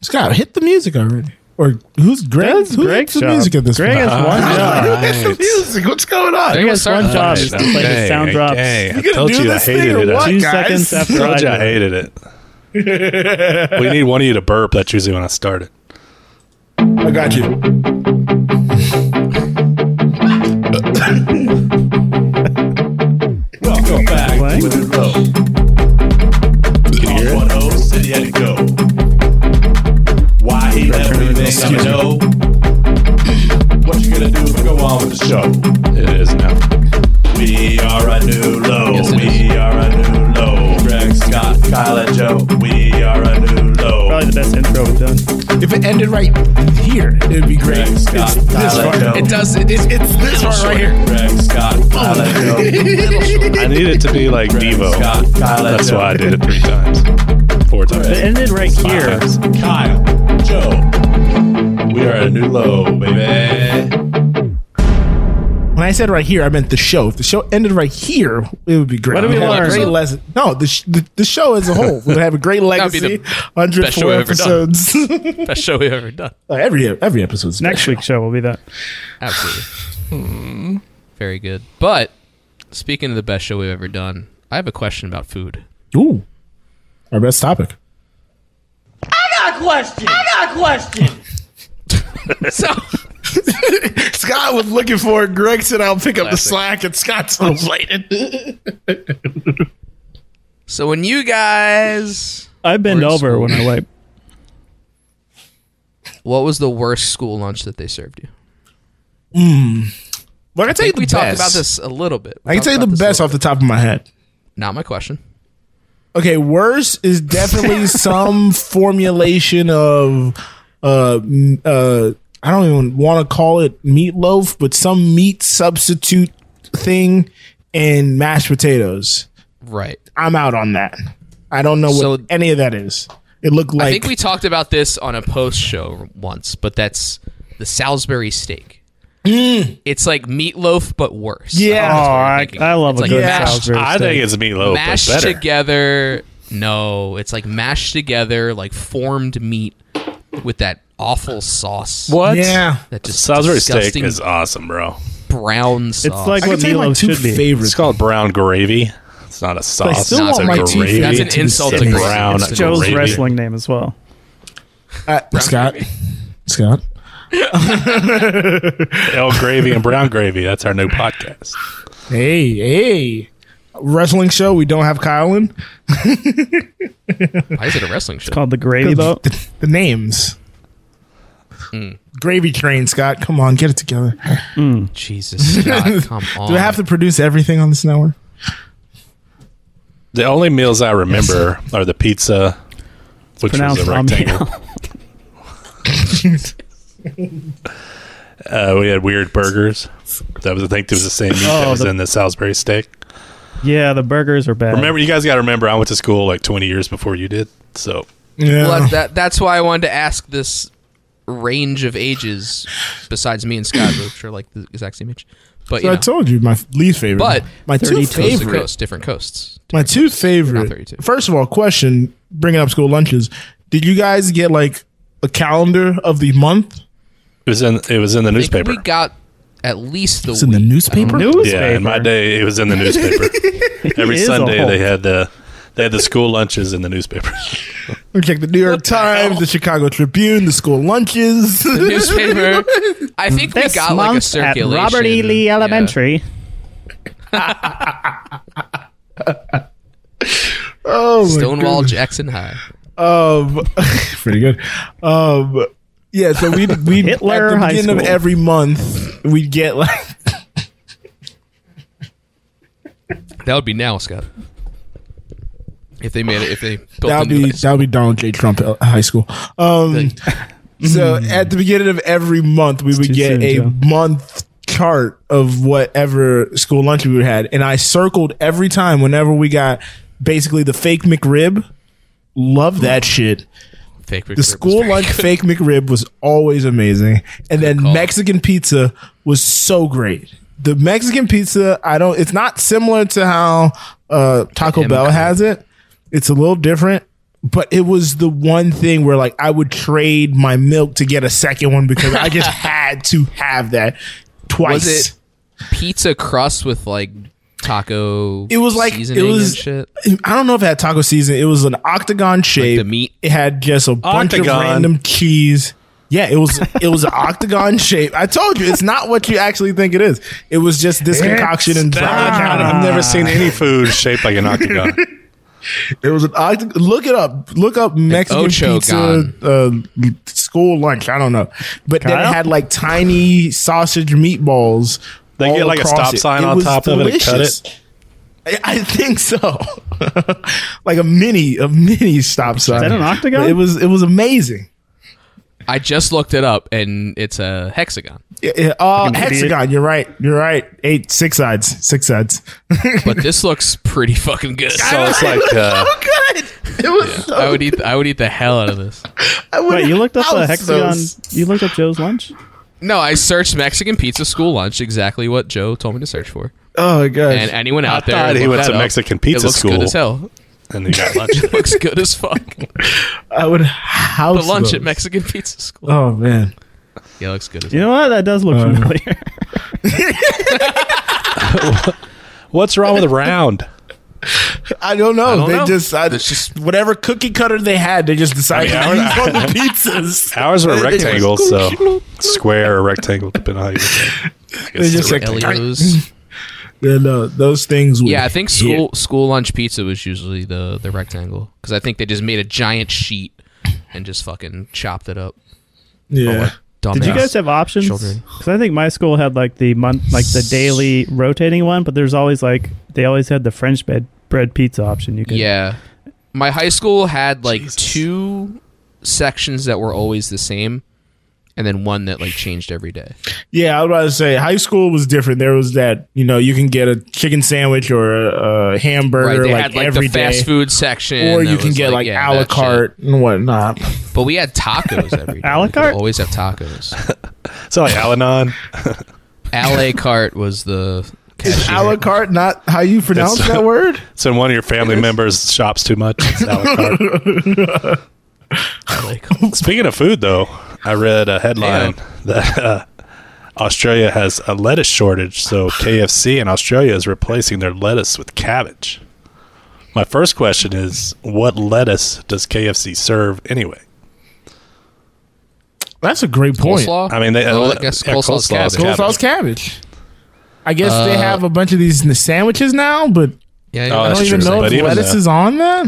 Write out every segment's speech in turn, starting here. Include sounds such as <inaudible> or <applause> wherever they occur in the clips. Scott, hit the music already. Or who's Greg? That's who hits Greg's the job. music at this Greg point? has one <laughs> job. Who hits the music? What's going on? Greg has Sorry. one job is to play the Okay, sound drops okay. I gonna told do you I this thing hated or it. what? I two guys. seconds after I told you I do. hated <laughs> it. we need one of you to burp. That's usually when I start it. I got you. Welcome back What? with the low. On one O, city had to go. Why he left me, things I know. What you gonna do if we go on with the show? It is now. We are a new low. Yes, it we are a new low. Greg, Scott, Kyle, and Joe. We are a new low. Probably the best intro we've done. If it ended right here, it'd be great. Greg, Scott, Kyle, and Joe. It does. It, it's, it's this part right here. Greg, Scott, Kyle, and Joe. <laughs> I need it to be like Greg, Devo. Scott, Kyle, and That's Joe. why I did it three times. Four times. It ended right here. Times. Kyle, Joe. We are a new low, baby. <laughs> When I said right here, I meant the show. If the show ended right here, it would be great. What do we We'd have a learn? Great lesson. No, the, sh- the the show as a whole would have a great That'd be the legacy. Hundred best show four I've ever done. episodes. <laughs> Best show we've ever done. every every episode's Next week's show will be that. Absolutely. hmm. Very good. But speaking of the best show we've ever done, I have a question about food. Ooh, our best topic. So <laughs> Scott was looking for it. Greg said, "I'll pick up the Classic. slack," and Scott's <laughs> deflated. So when you guys I bend Or in over school. when I wipe. what was the worst school lunch that they served you? Well, I can tell you the We best. talked about this a little bit. We I can talked tell you about the this best a off little the top of my head. bit. Not my question. Okay, worse is <laughs> definitely some formulation of uh m- uh I don't even want to call it meatloaf, but some meat substitute thing and mashed potatoes. Right. I'm out on that. I don't know what So- any of that is. It looked I like think we talked about this on a post show once, but that's the Salisbury steak. It's like meatloaf but worse. Oh, Mm. yeah. I, I love a It's like good mashed- Salisbury I steak. think it's meatloaf, mashed but better. together. No, it's like mashed together, like formed meat with that awful sauce. What? Yeah. That just Salisbury steak disgusting is awesome, bro. brown sauce. It's like I what can tell you my meatloaf two should be. favorites. It's called brown gravy. It's not a sauce. still it's want my a teeth gravy. not <laughs> that's an to be insult to steak. Brown It's Joe's gravy. wrestling name as well. Uh, Scott, Scott, L gravy and brown gravy. That's our new podcast. hey, hey, wrestling show. We don't have Kyle in Why is it a wrestling show? Called the gravy boat. the, the names. Hmm. Gravy train, Scott. Come on, get it together. Jesus, <laughs> <laughs> God, come on. Do I have to produce everything on this network? The only meals I remember are the pizza, which Pronounced was a rectangle. Ramyeon. Uh, we had weird burgers. That was I think it was the same meat that Oh, was the- in the Salisbury steak. Yeah, the burgers are bad. Remember, you guys got to remember, I went to school like 20 years before you did. So Yeah. Well, that, that's why I wanted to ask this range of ages, besides me and Scott, which are like the exact same age. But you I know, told you my f- least favorite. but my two coast to favorite. coast, different coasts. My two Not favorite. 32. First of all, question: Bringing up school lunches. Did you guys get like a calendar of the month? it was in it was in the I think newspaper. we got at least the It's in the week. I don't newspaper? know. Newspaper. yeah, in my day, it was in the newspaper. Every is a Sunday Hulk. they had the they had the school lunches in the newspaper. We checked the New York Times, the Chicago Tribune, the school lunches. newspaper. I think we This got like a month at circulation. Robert E. Lee Yeah. Elementary. oh, my Stonewall goodness. Jackson High. <laughs> Um, <laughs> pretty good. Um, yeah, so <laughs> we we Hitler at the High beginning of School. every month we'd get like That would be now, Scott. If they made it, if they built that a would new be high that would be Donald J. Trump uh, High School. Um, <laughs> so at the beginning of every month we would too get soon, a Joe. month chart of whatever school lunch we had, and I circled every time whenever we got basically the fake McRib. Love that shit. fake The school lunch fake McRib was always amazing, and then call. Mexican pizza was so great. The Mexican pizza, I don't. It's not similar to how uh, Taco Him Bell coming. has it. It's a little different, but it was the one thing where like I would trade my milk to get a second one because I <laughs> just had to have that twice. <laughs> Was it pizza crust with like taco? It was like- it seasoning was- and shit. I don't know if it had taco season. It was an octagon shape. the meat? It had just a bunch of Octagon. random cheese. Yeah, it was it <laughs> was an octagon shape. I told you, it's not what you actually think it is. It was just this concoction and God, dry. I've never seen any food shaped like an octagon. It was an oct- look it up. Look up Mexican ochoagon. pizza uh, school lunch. I don't know, but then Kyle? it had like tiny sausage meatballs. They get all like a across stop sign on was top of it and cut delicious. I, I think so. <laughs> like a mini, a mini stop sign. that an octagon? But It was. It was amazing. I just looked it up and it's a hexagon. Yeah, yeah, uh, Fucking idiot. hexagon. You're right. You're right. Eight, six sides, six sides. <laughs> But this looks pretty fucking good. So it's like uh, so good. It was. So, I would eat. I would eat the hell out of this. I would- Wait, you looked up I the was so hexagon. You looked up Joe's lunch. No, I searched Mexican pizza school lunch. Exactly what Joe told me to search for. oh my gosh. And anyone out there, thought he look went that to up. Mexican pizza it looks school. Good as <laughs> hell. <laughs> and you got lunch. It looks good as fuck. <laughs> I would house The lunch at those. Mexican pizza school. Oh man. Yeah, it looks good as You know what? That does look Uh, familiar. What's wrong with round? I don't know. don't they know. just, I, It's just- Oh, whatever cookie cutter they had, they just decided I mean, to use on <laughs> the pizzas. Ours were They just- rectangles, <laughs> so square or rectangle, depending on how you look at it. I guess just it's a like- rectangle. E Elio's. Yeah, no, those things. Would Yeah, I think hit. school school lunch pizza was usually the the rectangle because I think they just made a giant sheet and just fucking chopped it up. Yeah. Dumbass. Did you guys have options? Children. Because I think my school had like the month, like the daily rotating one, but there's always like they always had the French bread bread pizza option. You could Yeah, my high school had like two sections that were always the same, and then one that like changed every day. yeah, I was about to say high school was different. There was that you know you can get a chicken sandwich or a, a Right, hamburger they like, had like every the day, fast food section, or that you can was, get like, yeah, a la that shit. carte and <laughs> whatnot. But we had tacos every day. A la We could carte? Always have tacos. It's not like Al-Anon. A la carte was the Is a la cashier. carte not how you pronounce That's- that word? It's in one of your family members shops too much. It's a la carte. Speaking of food, though, I read a headline Damn. that uh, Australia has a lettuce shortage, so KFC in Australia is replacing their lettuce with cabbage. My first question is, what lettuce does KFC serve anyway? That's a great point. Coleslaw? I mean, they, Oh, uh, I guess yeah, coleslaw is coleslaw is cabbage. Uh, cabbage. Coleslaw's cabbage. I guess they have a bunch of these in the sandwiches now, but I Oh, Yeah, yeah. don't that's even true. know But if even lettuce the- is on that.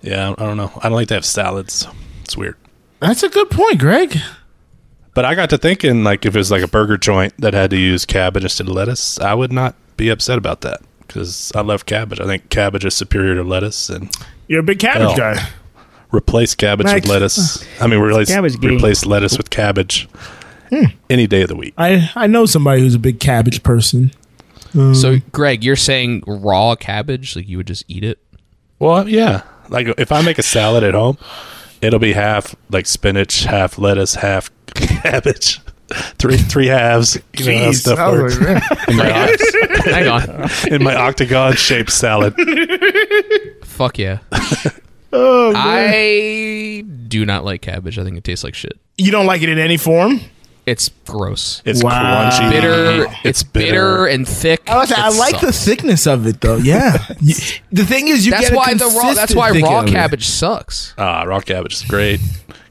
Yeah, I don't know. I don't like to have salads. It's weird. That's a good point, Greg. But I got to thinking, like, if it was like a burger joint that had to use cabbage instead of lettuce, I would not be upset about that because I love cabbage. I think cabbage is superior to lettuce and You're a big cabbage Hell. guy. replace cabbage Like- with lettuce. I mean, replace, Cabbage game. replace lettuce with cabbage Hmm. any day of the week. I I know somebody who's a big cabbage person. So, Greg, you're saying raw cabbage? Like you would just <laughs> eat it? Well, yeah. Like, if I make a salad at home, it'll be half like spinach, half lettuce, half cabbage, <laughs> three three halves. You know how Jeez, stuff I was works. like, man. <laughs> in, my, Hang on. in my octagon shaped salad. Fuck yeah. Oh, I do not like cabbage. I think it tastes like shit. you don't like it in any form? It's gross. It's Wow. crunchy. Bitter. It's, bitter. bitter. and thick. I, was like, It I like the sucks. thickness of it though. <laughs> Yeah, You- the thing is, you That's get a why the raw. That's consistent why thick raw of it. cabbage sucks. Ah, raw cabbage is great.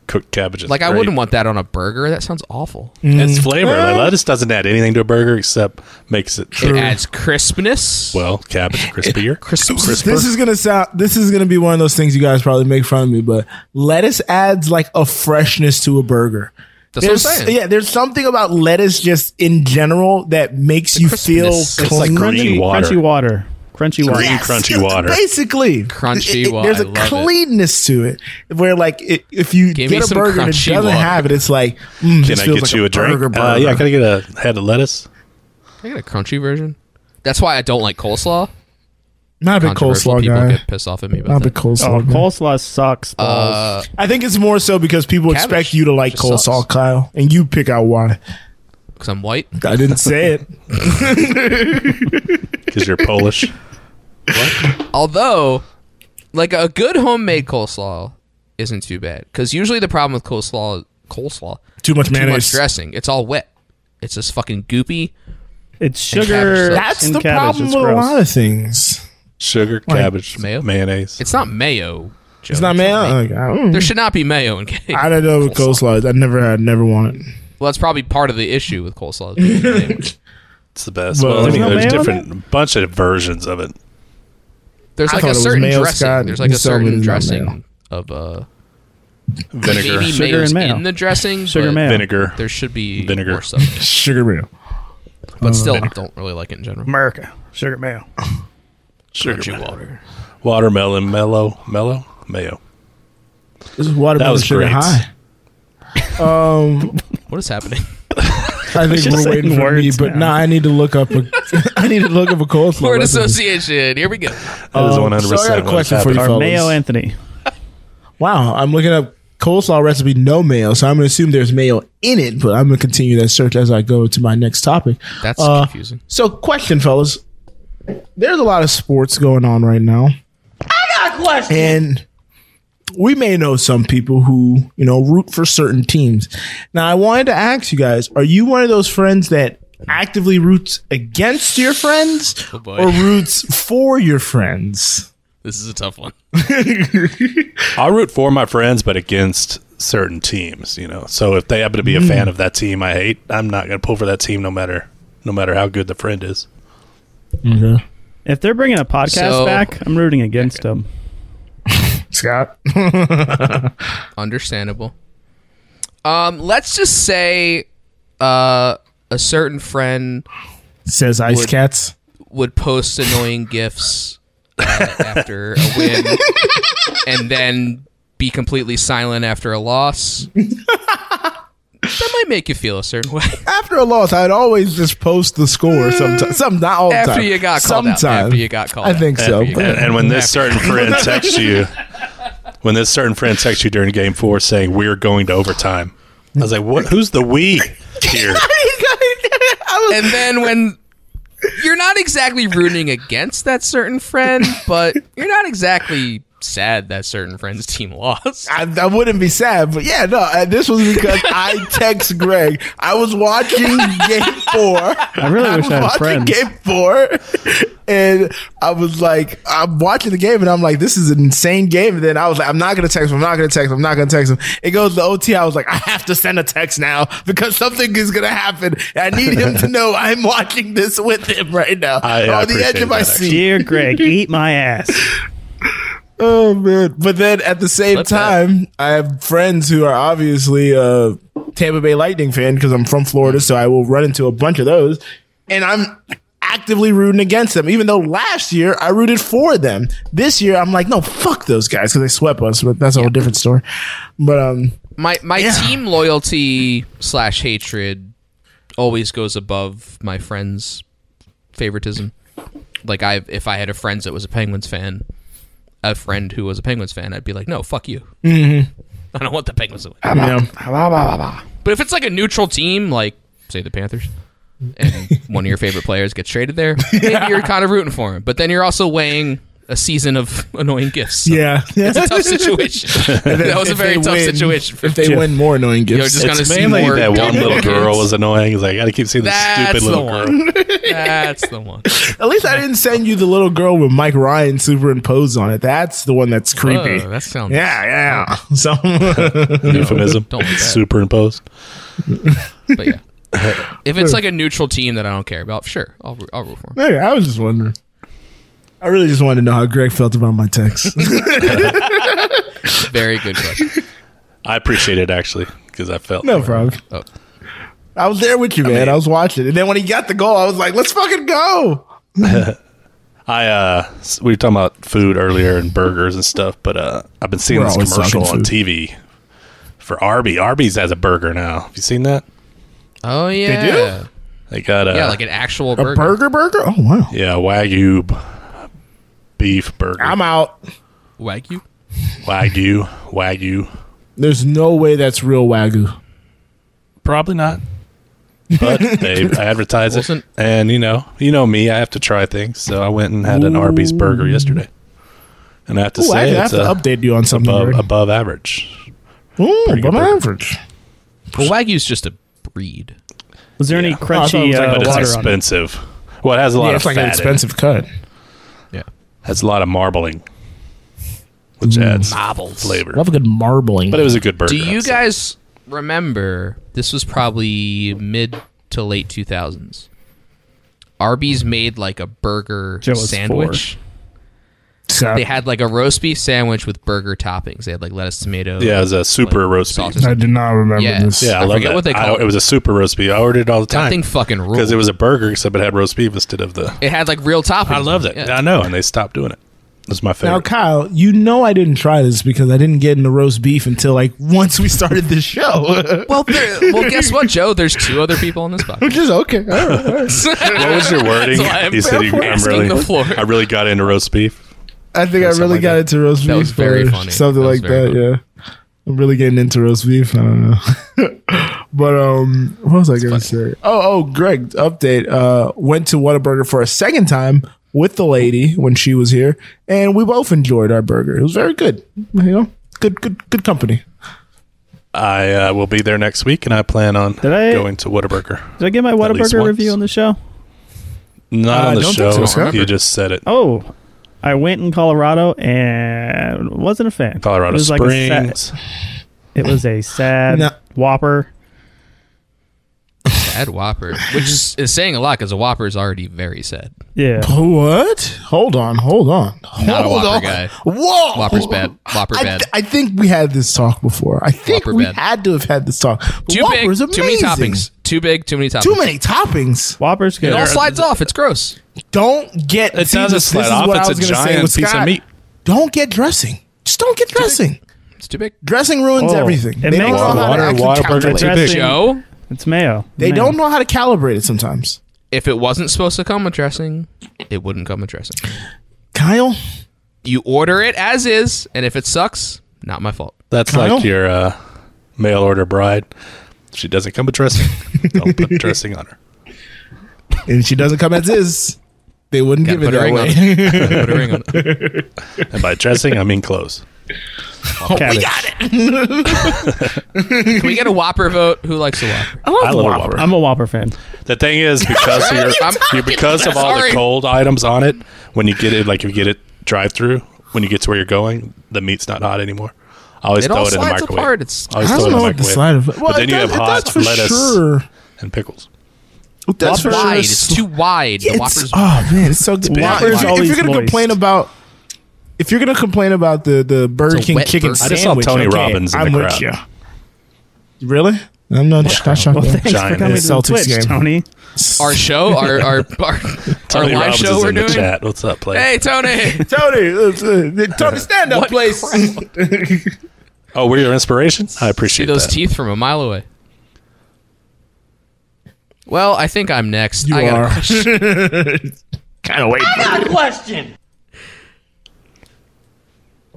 Cooked cabbage is Like I great. wouldn't want that on a burger. That sounds awful. It's flavor. Like, lettuce doesn't add anything to a burger except makes it It adds crispness. well cabbage crispier. Crisp- This is gonna sound. This is gonna be one of those things you guys probably make fun of me, but lettuce adds like a freshness to a burger. That's what I'm There's- saying. Yeah, there's something about lettuce just in general that makes you feel crispiness. clean. It's like green water. crunchy water, crunchy water. Green crunchy water. Basically, Crunchy It- it- water, There's I a love it. cleanness to it where, like, it, if you Give me get a some burger and it crunchy doesn't water. have it, it's like, mm, Can I get you a drink? Burger, Uh, yeah, burger. can I get a head of lettuce? Can I get a crunchy version? That's why I don't like coleslaw. not a big Controversial coleslaw people guy. get pissed off at me about Not a that. big coleslaw. Oh, guy. coleslaw sucks. balls. Uh, I think it's more so because people Cabbage expect you to like just coleslaw, sucks. Kyle, and you pick out why. because I'm white. <laughs> I didn't say it. Because you're Polish. Although, like a good homemade coleslaw isn't too bad because usually the problem with coleslaw coleslaw Too much too mayonnaise. much dressing. It's all wet. It's just fucking goopy. It's And cabbage sugar. sauce. That's and the cabbage. problem It's with a gross. lot of things. Sugar, cabbage, mayo? mayonnaise. It's not mayo. Joe. It's not mayo. Like, I don't, There should not be mayo in cake. I don't know what coleslaw is. I never had, never want it. well, that's probably part of the issue with <laughs> coleslaw. is being mayo. It's the best. Well, Well, I there's mean, no there's mayo in different bunch of versions of it. There's I like thought it a was certain mayo, dressing. Scott, There's like you a said it certain was not dressing mayo. of uh Vinegar, maybe Sugar mayo's and mayo. in the dressing. Sugar but mayo. vinegar. There should be Vinegar. <laughs> more stuff, Sugar real. but still, I don't really like it in general. America. Sugar mayo. Crunchy water. watermelon, mellow, mellow, mayo. This is watermelon That was sugar great. high. Um, What is happening? <laughs> I think <laughs> just we're waiting saying for me, words but now. nah, I need to look up a, <laughs> I need to look up a coleslaw. Word recipe. association. Here we go. That is Um, one hundred so I got a percent. question for you, Or fellas. mayo Anthony. Wow, I'm looking up coleslaw recipe no mayo, so I'm gonna assume there's mayo in it, but I'm gonna continue that search as I go to my next topic. That's Uh, confusing. So, question, fellas, there's a lot of sports going on right now. I got a question, and we may know some people who you know root for certain teams. Now, I wanted to ask you guys: Are you one of those friends that actively roots against your friends, Oh, boy. or roots for your friends? This is a tough one. I root for my friends, but against certain teams. You know, so if they happen to be a Mm. fan of that team I hate, I'm not going to pull for that team, no matter no matter how good the friend is. Okay. If they're bringing a podcast So- back, I'm rooting against them. Scott. <laughs> Understandable. Um, let's just say uh, a certain friend says ice Would- cats. would post annoying gifs uh, after a <laughs> win and then be completely silent after a loss. that might make you feel a <laughs> certain way. After a loss, I'd always just post the score sometimes. Some not all the time. Mm. After you got called out. sometimes. After you got called I out. think so. After <laughs> you And, got- and when this certain <laughs> friend texts you, when this certain friend texts you during game four saying we're going to overtime, I was like, what? Who's the we <laughs> here? and then when you're not exactly rooting against that certain friend, but you're not exactly sad that certain friend's team <laughs> lost. I, I wouldn't be sad, but yeah, no. uh, This was because <laughs> I text Greg. I was watching Game Four. <laughs> I really wish was I had watching friends. Game Four, and I was like, I'm watching the game, and I'm like, this is an insane game. And then I was like, I'm not gonna text him. I'm not gonna text him. I'm not gonna text him. It goes to OT. I was like, I have to send a text now because something is gonna happen. I need him <laughs> to know I'm watching this with him right now I- I on the edge appreciate of my that, actually. seat. Dear <laughs> Greg, eat my ass. Oh man! But then at the same Flip that. time, I have friends who are obviously uh, Tampa Bay Lightning fan because I'm from Florida, so I will run into a bunch of those, and I'm actively rooting against them. Even though last year I rooted for them, this year I'm like, no, fuck those guys because they swept us. But that's a whole different story. But um, My my team loyalty slash hatred always goes above my friends' favoritism. Like I, if I had a friend that was a Penguins fan, a friend who was a Penguins fan, I'd be like, no, fuck you. Mm-hmm. <laughs> I don't want the Penguins to win. you know, But if it's like a neutral team, like say the Panthers, and <laughs> one of your favorite players gets traded there, maybe you're kind of rooting for him. But then you're also weighing a season of <laughs> annoying gifts. So yeah, It's a tough situation. that was a If very they tough win- situation for If <laughs> they me. win more annoying You're gifts, just gonna It's see mainly more that one dumb little kids. girl was annoying. He's like, I got to keep seeing this That's stupid the little girl. one. That's the one. at least I didn't send you the little girl with Mike Ryan superimposed on it. That's the one that's creepy. Oh, that <laughs> sounds yeah, yeah. So. <laughs> Euphemism. Don't like that. Superimposed. <laughs> But yeah, if it's like a neutral team that I don't care about, sure, I'll root- I'll root for 'em. <laughs> Hey, I was just wondering. I really just wanted to know how Greg felt about my <laughs> text. Very good question. I appreciate it actually because I felt no problem. Oh. I was there with you, man. I, was watching, and then when he got the goal, I was like, "Let's fucking go!" I uh, s- we were talking about food earlier and burgers and stuff, but uh, I've been seeing We're this always commercial talking on food. TV for Arby. Arby's has a burger now. Have you seen that? Oh yeah, do? They got Uh, a yeah, like an actual A burger. burger, burger. Oh wow! yeah wagyu b- beef burger. I'm out. Wagyu. wagyu wagyu. There's no way that's real wagyu. Probably not. But <laughs> they advertise it, Wasn't- and you know, you know me. I have to try things, so I went and had an Arby's burger yesterday, and and I have to Ooh, say actually, I have it's to uh, update you on something. above, Jared. above average. Ooh, pretty above good average. Well, Wagyu's just a breed. Was there Yeah. any Oh, I thought it crunchy was like- uh, But it's water on it? expensive. Well, it has a lot Yeah, of it's like fat an in it. expensive cut. Yeah. has a lot of marbling, which adds Marbles. flavor. Love a good marbling. But it was a good burger. Do you I'd say. guys remember? This was probably mid to late 2000s. Arby's made like a burger Joe was sandwich. So- They had like a roast beef sandwich with burger toppings. They had like lettuce, tomato. Yeah, it was a super roast beef. sausage. I do not remember Yeah. this. Yeah, I, I love forget that. what they I call don't- it. It was a super roast beef. I ordered it all the That time thing fucking ruled. because It, it was a burger, except it had roast beef instead of the. had like real toppings. I loved it. I know, and they stopped doing it. It was my Now, favorite. Kyle, you know I didn't try this because I didn't get into roast beef until like once we started this <laughs> show. Well, there, well, guess what, Joe? There's two other people on this podcast. Which is okay. All right, all right. <laughs> what was your wording? <laughs> That's why I'm you said you, I'm asking really, the floor. I really got into roast beef. I think I Something really like got that. into roast beef. That was very or funny. Something That was like very that. Yeah, I'm really getting into roast beef. I don't know. <laughs> but um, what was I gonna say? Oh, oh, Greg, update. Uh, went to Whataburger for a second time with the lady when she was here, and we both enjoyed our burger. It was very good. You know, good, good, good company. I uh, will be there next week, and I plan on I- going to Whataburger. Did I get my least Whataburger once. review on the show? Not Uh, on the don't show. think so, Scott. you just said it. Oh, I went in Colorado and wasn't a fan. Colorado it was Springs. Like a sad, it was a sad <laughs> No. Whopper. Sad Whopper, which is, is saying a lot because a Whopper is already very sad. <laughs> Yeah. What? Hold on, hold on. Not a hold Whopper on. guy. Whoa! Whopper's bad. Whopper I, bad. th- I think we had this talk before. I think Whopper we bad. had to have had this talk. But Too Whopper's big, too many amazing. toppings. Too big, too many toppings. Too many toppings. Whopper's good. It all slides off. It's gross. Don't get. It see, doesn't this- this slide is off. what I It's was a gonna say giant with piece of Scott. meat. Don't get dressing. Just don't get dressing. It's too big. Dressing ruins Oh, everything. it They don't know makes- how Water- to actually water burger calculate. too Dressing. big. Joe, It's mayo. They Mayo. don't know how to calibrate it sometimes. if it wasn't supposed to come with dressing, it wouldn't come with dressing. Kyle, You order it as is, and if it sucks, not my fault. That's Kyle? like your uh, mail order bride. She doesn't come <laughs> with dressing. Don't put dressing on her. and she doesn't come as is. They wouldn't Gotta give it put a that ring on way. it. Gotta <laughs> Put a ring on it. And by dressing, I mean clothes. Cabbage. Can we get a Whopper vote? Who likes a Whopper? I love Whopper. I'm a Whopper fan. The <laughs> thing is, because of your, I'm- you- because of all Sorry. the cold items on it, when you get it, like if you get it drive through, when you get to where you're going, the meat's not hot anymore. I always It throw all it in the slides microwave. apart. It's- I always I throw it don't in know the what the microwave. slide of. Well, but then it you does- have it does hot for lettuce Sure. and pickles. It does for It's sure wide. It's too wide. The Whopper's It's, oh man, it's so good. big. Now, Whopper's if, you- if always you're gonna moist. complain about if you're gonna complain about the the Burger It's a King wet chicken burger. I sandwich, just saw Tony okay, Robbins in I'm the with crowd. you. Really? I'm not not shocked. Well, thanks Giant for coming is to the Celtics Twitch, game. Tony. our show, our our our, our <laughs> Tony live Robbins show is we're in doing. the chat. What's up, play? Hey Tony, Tony, uh, uh, Tony, stand up, please. Oh, we're your inspiration. I appreciate see those that. teeth from a mile away. Well, I think I'm next. You I got are. a question. kind of wait.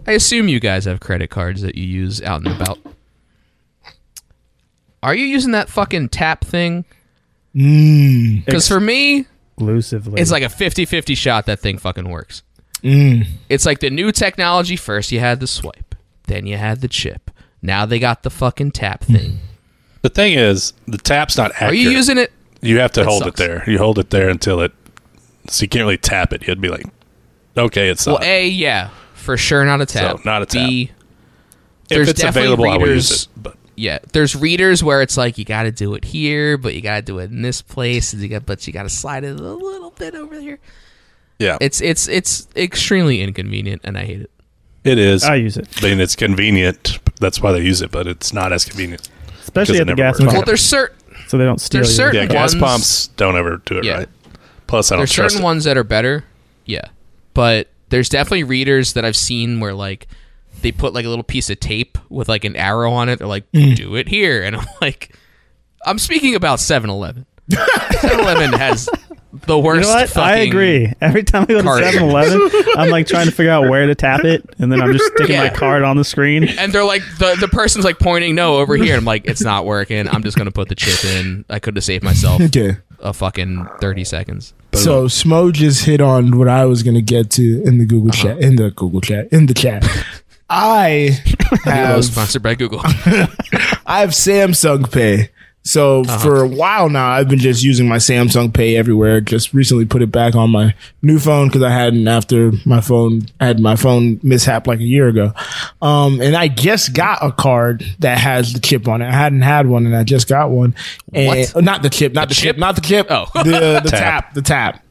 I assume you guys have credit cards that you use out and about. Are you using that fucking tap thing? Mm. Because for me, Exclusively. it's like a 50 50 shot that thing fucking works. It's like the new technology. First, you had the swipe, then you had the chip. Now they got the fucking tap thing. The thing is, the tap's not accurate. Are you using it? You have to hold sucks. it there. You hold it there until it. So you can't really tap it. You'd be like, okay, it's Well, not. A, yeah, for sure not a tap. not a tap. B, if there's it's definitely available, I will use readers- it. But yeah, there's readers where it's like you got to do it here, but you got to do it in this place, and you got but you got to slide it a little bit over here. yeah, It's it's it's extremely inconvenient, and I hate it. it is. I use it, I mean, it's convenient. That's why they use it, but it's not as convenient. especially Because at the it never gas works. pump, Well, there's certain so they don't steal there's you. certain- Yeah, gas ones- pumps don't ever do it Yeah. right. Plus, I don't there's trust certain it. ones that are better, yeah, but there's definitely readers that I've seen where like they put like a little piece of tape with like an arrow on it. They're like, Mm. do it here, and I'm <laughs> like, I'm speaking <laughs> about 7-Eleven. 7-Eleven has the You worst. know what? I fucking- agree. Every time I go to card. 7 Eleven, I'm like trying to figure out where to tap it, and then I'm just sticking Yeah. my card on the screen. And they're like the the person's like pointing no over here. I'm like, <laughs> it's not working. I'm just gonna put the chip in. I could have saved myself Okay. a fucking thirty seconds. So Smo just hit on what I was going to get to in the Google Uh-huh. chat, in the Google chat, in the <laughs> chat. I That was have sponsored by Google. <laughs> I have Samsung Pay. So for a while now, I've been just using my Samsung Pay everywhere. Just recently put it back on my new phone because I hadn't after my phone had my phone mishap like a year ago. Um, and I just got a card that has the chip on it. I hadn't had one, and I just got one. And not the chip, not the, chip? chip? not the chip. Oh. the, <laughs> the Tap. tap, the tap.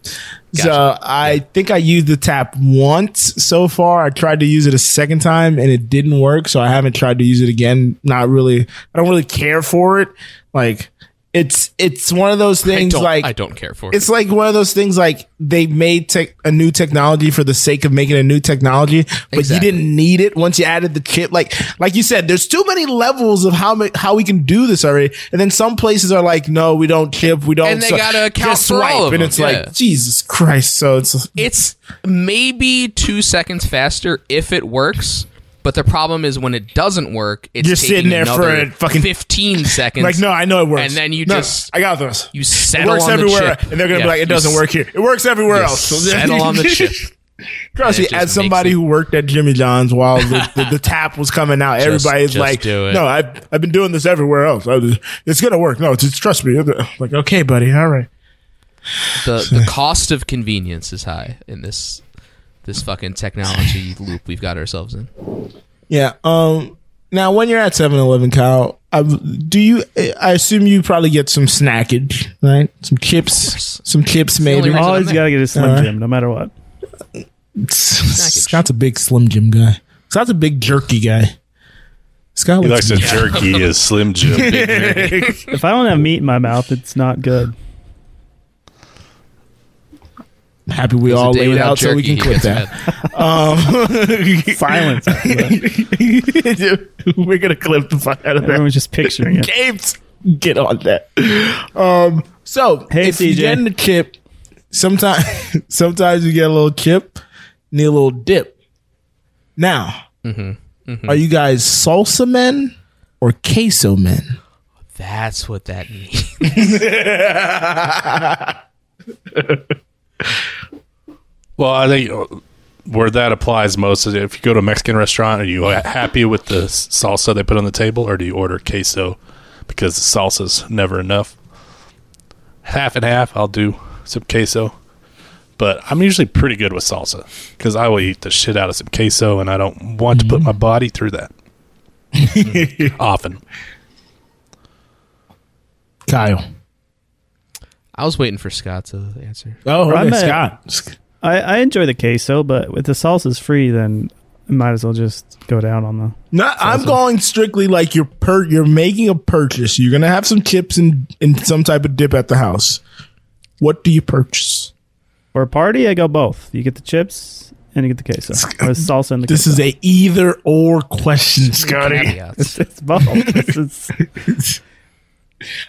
So I think I used the tap once so far. I tried to use it a second time and it didn't work, so I haven't tried to use it again. Not really. I don't really care for it. Like it's it's one of those I things don't, like I don't care for it. it's like one of those things like they made tech, a new technology for the sake of making a new technology, but Exactly. you didn't need it once you added the chip. Like like you said, there's too many levels of how ma- how we can do this already, and then some places are like, no, we don't chip, we don't. And they gotta account just for all of and them, it's yeah. like Jesus Christ. So it's It's maybe two seconds faster if it works. But the problem is when it doesn't work, it's You're taking sitting there for another a fucking- fifteen <laughs> seconds. like no, I know it works, And then you No, just I got this. you It settle works on the everywhere, chip. and they're gonna Yeah, be like, you it doesn't s- work here. It works everywhere you else. <laughs> So Settle on the chip. Trust me, And it just as makes somebody it- who worked at Jimmy John's while the, the, the tap was coming out, everybody's <laughs> just like, do it. "No, I've I've been doing this everywhere else. I was- it's gonna work. No, just trust me." Like, okay, buddy, all right. The <laughs> the cost of convenience is high in this this fucking technology loop we've got ourselves in. Yeah. Um. Now, when you're at 7-Eleven, Kyle, I, do you? I assume you probably get some snackage, right? Some chips, course. some chips, the only maybe. reason- Always I'm got to get a Slim Alright. Jim, no matter what. Scott's a big Slim Jim guy. Scott's a big jerky guy. Scott He likes <laughs> likes a jerky as Slim Jim. If I don't have meat in my mouth, it's not <laughs> good. happy we all It's a day laid without out so we can jerky, he clip gets that. mad. Silence. after that. We're gonna clip the fuck out of <laughs> that. Everyone's just picturing it. Games, get on that. Um, so Hey, if you CJ. get in the chip, sometimes <laughs> sometimes you get a little chip, need a little dip. Now, are you guys salsa men or queso men? That's what that means. Well, I think uh, where that applies most is if you go to a Mexican restaurant, are you happy with the s- salsa they put on the table, or do you order queso because the salsa's never enough? Half and half, I'll do some queso, but I'm usually pretty good with salsa because I will eat the shit out of some queso, and I don't want to put Mm-hmm. my body through that. <laughs> Often, Kyle. I was waiting for Scott to <laughs> answer. Oh, I'm okay, a- Scott. I, I enjoy the queso, but if the salsa's free, then I might as well just go down on the. No, I'm going strictly like you're per you're making a purchase. You're gonna have some chips and, and some type of dip at the house. What do you purchase? For a party, I go both. You get the chips and you get the queso. Or the salsa and the This queso. is a either or question, Scotty. Caveats. It's both. It's- it's-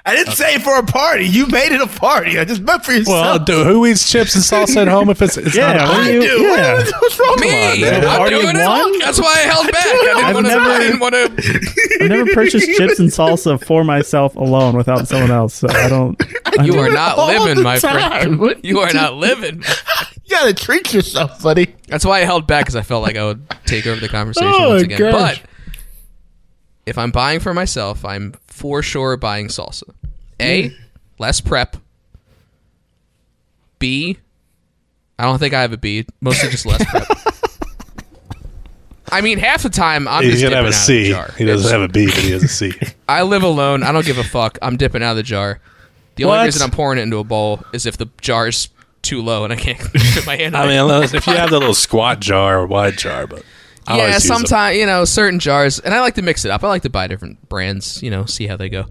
I didn't say for a party. You made it a party. I just meant for well, yourself. do, who eats chips and salsa at home if it's, it's yeah, not? what do I you- do. yeah. What- What's wrong with Me, you? man. I'm Already doing it. won? That's why I held back. I I've didn't want to. never- I didn't want to. I've never purchased chips and salsa for myself alone without someone else. So I don't. I <laughs> You don't- are not all the living, my time. friend. What <laughs> You are not living. You gotta treat yourself, buddy. That's why I held back because I felt like I would take over the conversation Oh, once again. gosh. But if I'm buying for myself, I'm for sure buying salsa. A, less prep. B, I don't think I have a B. Mostly just less <laughs> prep. I mean, half the time I'm He's just gonna have a dipping out of C. the jar. He doesn't It's- have a B, but he has a C. <laughs> I live alone. I don't give a fuck. I'm dipping out of the jar. The What? only reason I'm pouring it into a bowl is if the jar's too low and I can't <laughs> put my hand. I on mean, it. unless, if you have the little squat jar or wide jar, but I yeah, always use them. sometimes you know certain jars, and I like to mix it up. I like to buy different brands, you know, see how they go.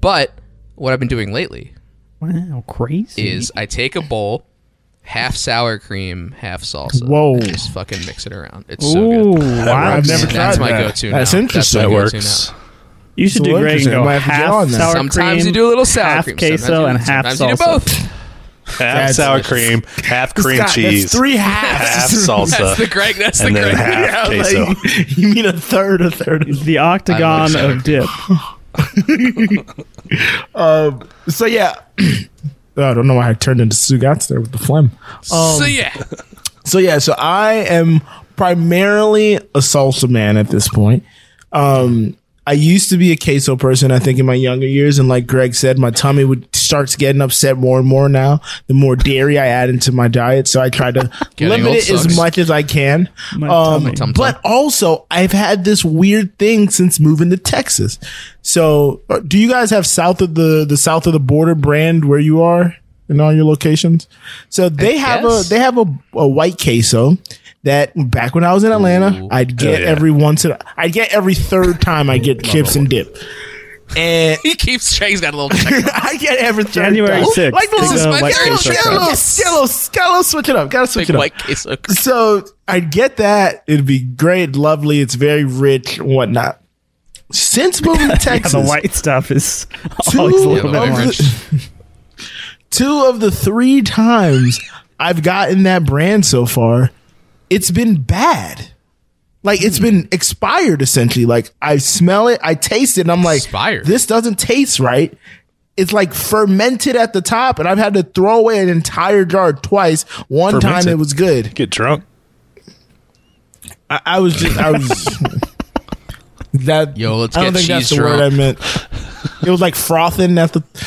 But what I've been doing lately Wow, crazy. is I take a bowl, half sour cream, half salsa. Whoa. and Just fucking mix it around. It's Ooh, so good. wow. I've never And tried that's my that. go-to. That's now. interesting. That's that my go-to works. now. You should So do Greg and interesting. I go might have to get half on that. sour Sometimes cream, you do a little sour half cream, queso, and sometimes you do- half salsa. Sometimes you do both. <laughs> Half That's sour delicious. cream, half cream Scott, cheese, That's three half halves. salsa, That's the Greg. That's the and then Greg. <laughs> <laughs> half I was queso. like, <laughs> you mean a third, a third. The octagon sour of dip. So yeah, <clears throat> I don't know why I turned into Sugats there with the phlegm. Um, so yeah, So yeah, so I am primarily a salsa man at this point. Um, I used to be a queso person, I think, in my younger years, and like Greg said, my tummy would starts getting upset more and more now. The more dairy I add into my diet, so I try to Getting limit old it as sucks. much as I can. My Um, tummy. but also, I've had this weird thing since moving to Texas. So, uh, do you guys have south of the the south of the border brand where you are in all your locations? So they have guess. a they have a, a white queso that back when I was in Atlanta, Ooh. I'd get yeah. every once in, I'd get every third time I <laughs> get chips and dip. And he keeps. He's got a little. check. <laughs> I get every third January time. sixth. Like the Big, little, uh, get white a little, queso get a crust. little, Yes. get a little, get a little, switch it up. Gotta switch Big it up white case of- <laughs> so I get that. It'd be great, lovely. It's very rich and whatnot. Since moving to Texas, the white <laughs> stuff is two, always a of little Yeah, bit the orange. orange. the, two of the three times I've gotten that brand so far, it's been bad. Like it's been expired essentially. Like I smell it, I taste it, and I'm like, Expired. this doesn't taste right. It's like fermented at the top, and I've had to throw away an entire jar twice. One time Fermented. it was good. Get drunk. I, I was just I <laughs> was that Yo, let's I don't get think that's the cheese word I drunk. meant. It was like frothing at the <laughs>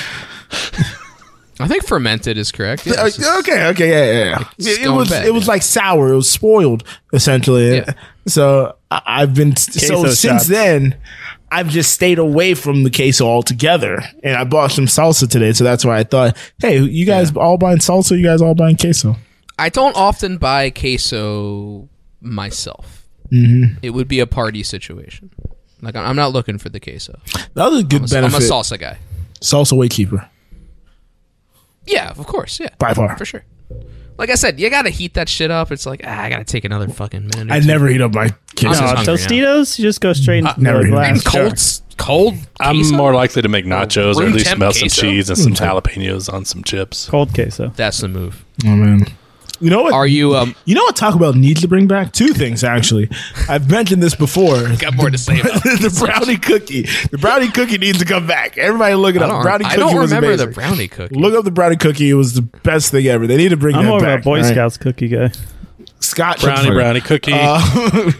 I think fermented is correct. Yeah, it's just- Uh, okay, okay, yeah, yeah, yeah. It's It, it going was bad, it was yeah. like sour. It was spoiled essentially. Yeah. So I, I've been so Queso since shots. then. I've just stayed away from the queso altogether, and I bought some salsa today, so that's why I thought, "Hey, you guys all buying salsa? You guys all buying queso?" I don't often buy queso myself. Mm-hmm. It would be a party situation. Like I- I'm not looking for the queso. The other good I'm a benefit: salsa guy. salsa way cheaper Yeah, of course. Yeah, by far. for sure. Like I said, you gotta heat that shit up. It's like ah, I gotta take another fucking minute. or I two. never heat up my I'm queso. just No, hungry Tostitos, you just go straight into never the even glass. And cold, jar. s- cold. I'm queso? more likely to make nachos or room at least temp melt some queso? cheese and some jalapenos on some chips. Cold queso. That's the move. Oh man, you know what? Are <laughs> you um? You know what Taco Bell needs to bring back? Two things, actually. I've mentioned this before. <laughs> Got more to say about? the brownie cookie. The brownie cookie needs to come back. Everybody look it I up. don't, Brownie I cookie don't was remember amazing. the brownie cookie. Look up the brownie cookie. It was the best thing ever. They need to bring I'm that more back. of a Boy all right? Scouts cookie guy. Scott Brownie, Schiffer. brownie cookie. Um, <laughs>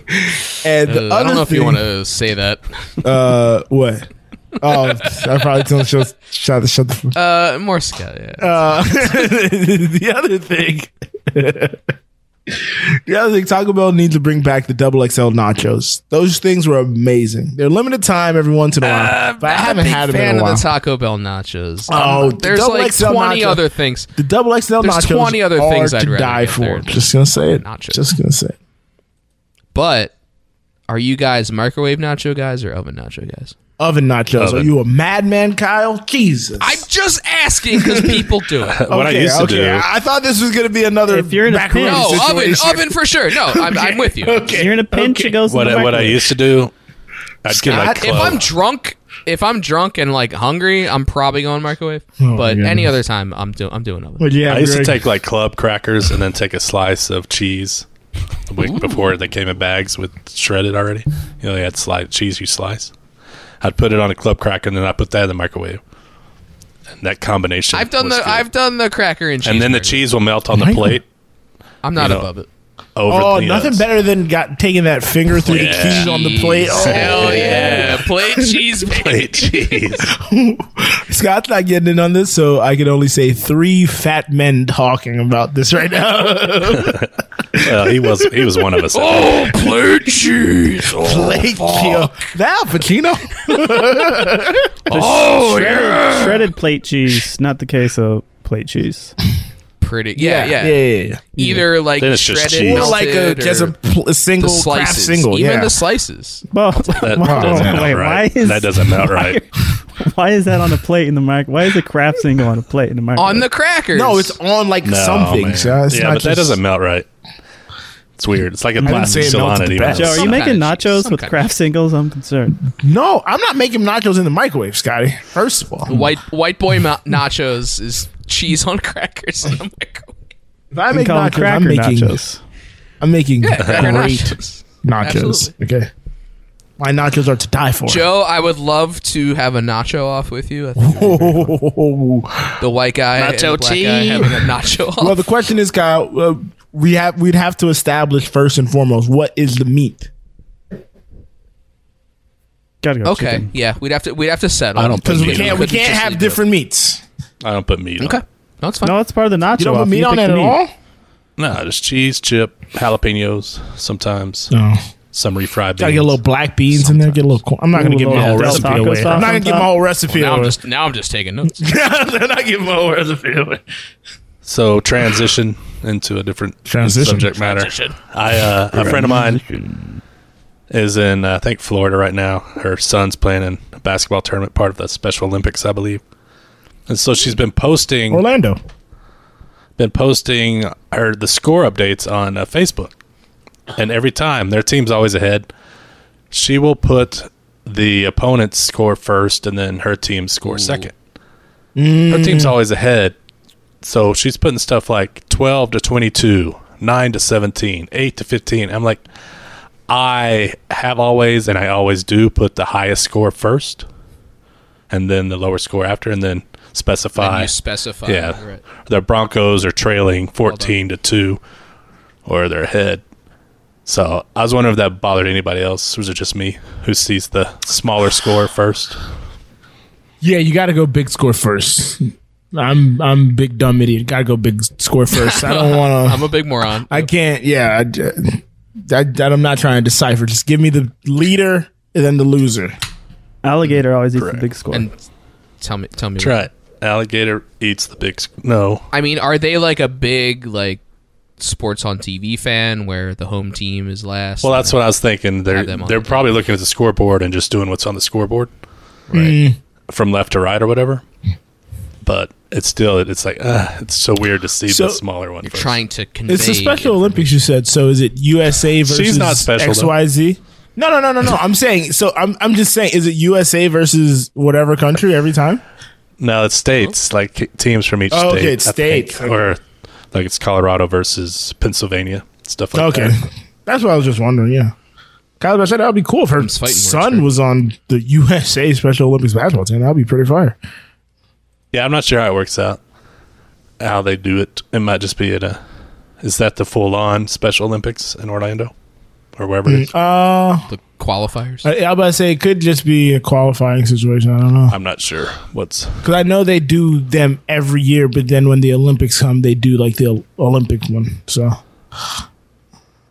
and the other Uh, I don't know if thing, you want to say that. Uh, what? Oh, <laughs> I probably don't shut, shut, shut the. F- Uh, more scout. Yeah. <laughs> Uh, the other thing, the other thing, Taco Bell needs to bring back the double XL nachos. Those things were amazing. They're limited time every once in a while, but I Not Uh, a haven't big had them fan in a while. of the Taco Bell nachos. Oh, Um, there's double like XL 20 nacho. other things. the double XL There's nachos 20 other are things to I'd rather die get for. there. Just gonna say it. Nachos. Just gonna say it. But are you guys microwave nacho guys or oven nacho guys? Oven nachos. Are Oven. you a madman, Kyle? Jesus. I'm just asking because <laughs> people do <laughs> it. what I used to okay. do. I I thought this was gonna be another. If you're in a macaroni pinch- No, oven, situation. oven for sure. No, I'm, I'm with you. Okay. You're in a pinch, it goes what in the I, what I microwave. used to do, I'd get like if I'm clove. drunk, if I'm drunk and like hungry, I'm probably going microwave. but Oh my any other time, I'm doing I'm doing oven. What'd you have, I used to Greg? take like club crackers and then take a slice of cheese the week before they came in bags with shredded already. You know, they had slice cheese you slice. I'd put it on a club cracker and then I put that in the microwave. And that combination. I've done the was good. I've done the cracker and cheese. and then the cheese will melt on the Michael. plate I'm not you know, above it. over Oh, the uh, nothing others. better than got taking that finger through Yeah. the cheese on the plate. Jeez. Oh, Hell yeah, plate cheese. plate cheese. <laughs> Scott's not getting in on this, so I can only say three fat men talking about this right now. Well, he was he was one of <laughs> us. Oh, plate cheese. Oh, Plate yo. Now, Pacino. oh yeah. shredded, shredded plate cheese, not the queso plate <laughs> cheese. Pretty. Yeah, yeah. yeah. Either like Then it's just shredded, cheese. Or like a melted, just a, or pl- a the single craft slices. single. Even yeah. the slices. Well, That wow, doesn't melt wait, right. why is that doesn't melt right. why is that on a plate in the mic? Why is a crap single on a plate in the microwave? On the crackers. no, it's on like No, something. Oh, man. So uh, it's yeah, not but that just- doesn't melt right. It's weird. It's like a say plastic it still on melted it. the Even best. Joe, though are it's- you Some making kind of cheese, nachos some with kind of craft singles? I'm concerned. No, I'm not making nachos in the microwave, Scotty. First of all, white white boy ma- nachos is cheese on <laughs> crackers in the microwave. if I You make can call them nachos, I'm cracker making nachos. <laughs> I'm making Yeah, cracker great nachos. nachos. Okay. My nachos are to die for. Joe, I would love to have a nacho off with you. I think the white guy, and Nacho the black guy tea. having a <laughs> nacho off. well, the question is, Kyle, uh, we have we'd have to establish first and foremost what is the meat. Gotta go. okay, chicken. yeah, we'd have to we'd have to settle. I don't put Because we meat. can't On. we Couldn't can't just have leave different meats. I don't put meat. Okay, On. no, it's fine. No, it's part of the nacho. You don't off. put meat You on that pick the at meat. all. No, just cheese, chip, jalapenos. Sometimes No, some refried. gotta beans. get a little black beans in there. Get a little. Corn. I'm not gonna Ooh, give a my whole little recipe taco away. sauce I'm not gonna on give my top. whole recipe now I'm away. <laughs> just now I'm just taking notes. I'm not giving my whole recipe away. So transition into a different Transition. subject matter. Transition. I uh, a friend of mine is in uh, I think Florida right now. Her son's playing in a basketball tournament, part of the Special Olympics, I believe. And so she's been posting Orlando. been posting her the score updates on uh, Facebook, and every time their team's always ahead. She will put the opponent's score first, and then her team's score second. Her team's always ahead, so she's putting stuff like twelve to twenty-two, nine to 17, 8 to fifteen. I'm like, I have always, and I always do, put the highest score first, and then the lower score after, and then specify And you specify. yeah. right. The Broncos are trailing 14 to 2 or they're ahead. So I was wondering if that bothered anybody else. Was it just me who sees the smaller score first? Yeah, you got to go big score first. I'm I'm big dumb idiot. Got to go big score first. I don't want I'm to. a big moron. I can't. Yeah, I, d- I, I- I'm not trying to decipher. Just give me the leader and then the loser. Alligator always eats the big score. and tell me, tell me. Try it. Alligator eats the big. Sc- no. I mean, are they like a big like sports on TV fan where the home team is last? Well, that's what I was thinking. They're Have them on they're the probably looking at the scoreboard and just doing what's on the scoreboard right. from left to right or whatever. But it's still it's like uh, it's so weird to see So- the smaller one. first. trying to convey. It's the Special Olympics you said. So is it USA versus not special, though. XYZ? No, no, no, no, no. I'm saying. So I'm I'm just saying. Is it USA versus whatever country every time? No, it's states, like teams from each Oh, state. okay, it's I think. states, okay. Or like it's Colorado versus Pennsylvania, stuff like Okay, that. that's what I was just wondering. Yeah. Kyle, I said that would be cool if her fighting words, son right? was on the USA Special Olympics basketball team. That'd be pretty fire. Yeah, I'm not sure how it works out, how they do it. It might just be at a. Is that the full on Special Olympics in Orlando or wherever it is? Uh, the qualifiers. I, I'm about to say it could just be a qualifying situation. I don't know I'm not sure what's. because I know they do them every year, but then when the Olympics come, they do like the Ol- Olympic one. So,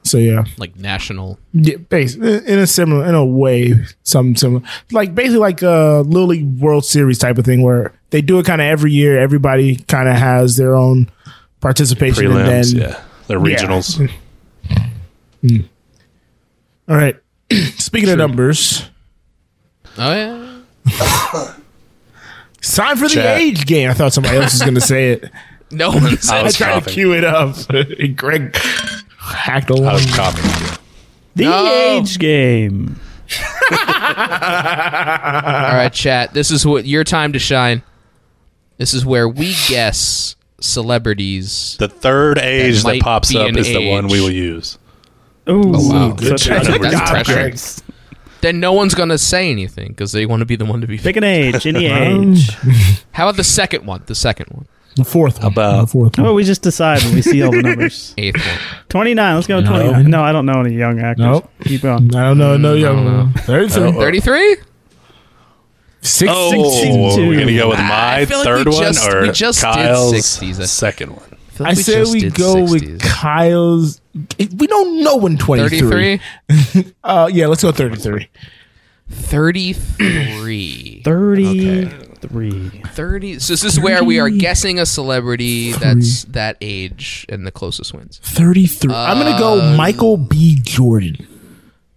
so yeah, like <laughs> national. yeah bas- in a similar, in a way, some similar, like basically like a Little League World Series type of thing where they do it kind of every year. Everybody kind of has their own participation, and Prelims, then yeah. The regionals. Mm. All right. <clears throat> Speaking of numbers, Oh yeah. it's time for the Chat. age game. I thought somebody else was going to say it. No one <laughs> I said. I was tried to coughing. cue it up. <laughs> And Greg hacked I along. was coughing. the No. age game. All right, chat. This is what your time to shine. This is where we guess celebrities. The third age that, might pops be up an is the one age. we will use. Ooh, Oh, wow. good Good job. job. That's Job, pressure. Greg. Then no one's gonna say anything because they want to be the one to be. Pick an <laughs> age, any age. How about the second one? The second one. the fourth one. about- the fourth Oh, one. we just decide when we see all the <laughs> numbers. Eighth one. 29. Let's go with No. 29. No, I don't know any young actors. Nope. Keep going. I don't know. No, I don't young. know. Thirty-three. Six, Oh, six, we're six, going to go with Ah, my I feel like we third one just- or we just did Kyle's 60s, I think. second one. feel I like say just we did go with 60s. Kyle's. We don't know when 23. 33? Uh, yeah, let's go 33. <clears throat> 33. 33. 30. So this is where we are guessing a celebrity that's that age and the closest wins. 33. I'm going to go Michael B. Jordan.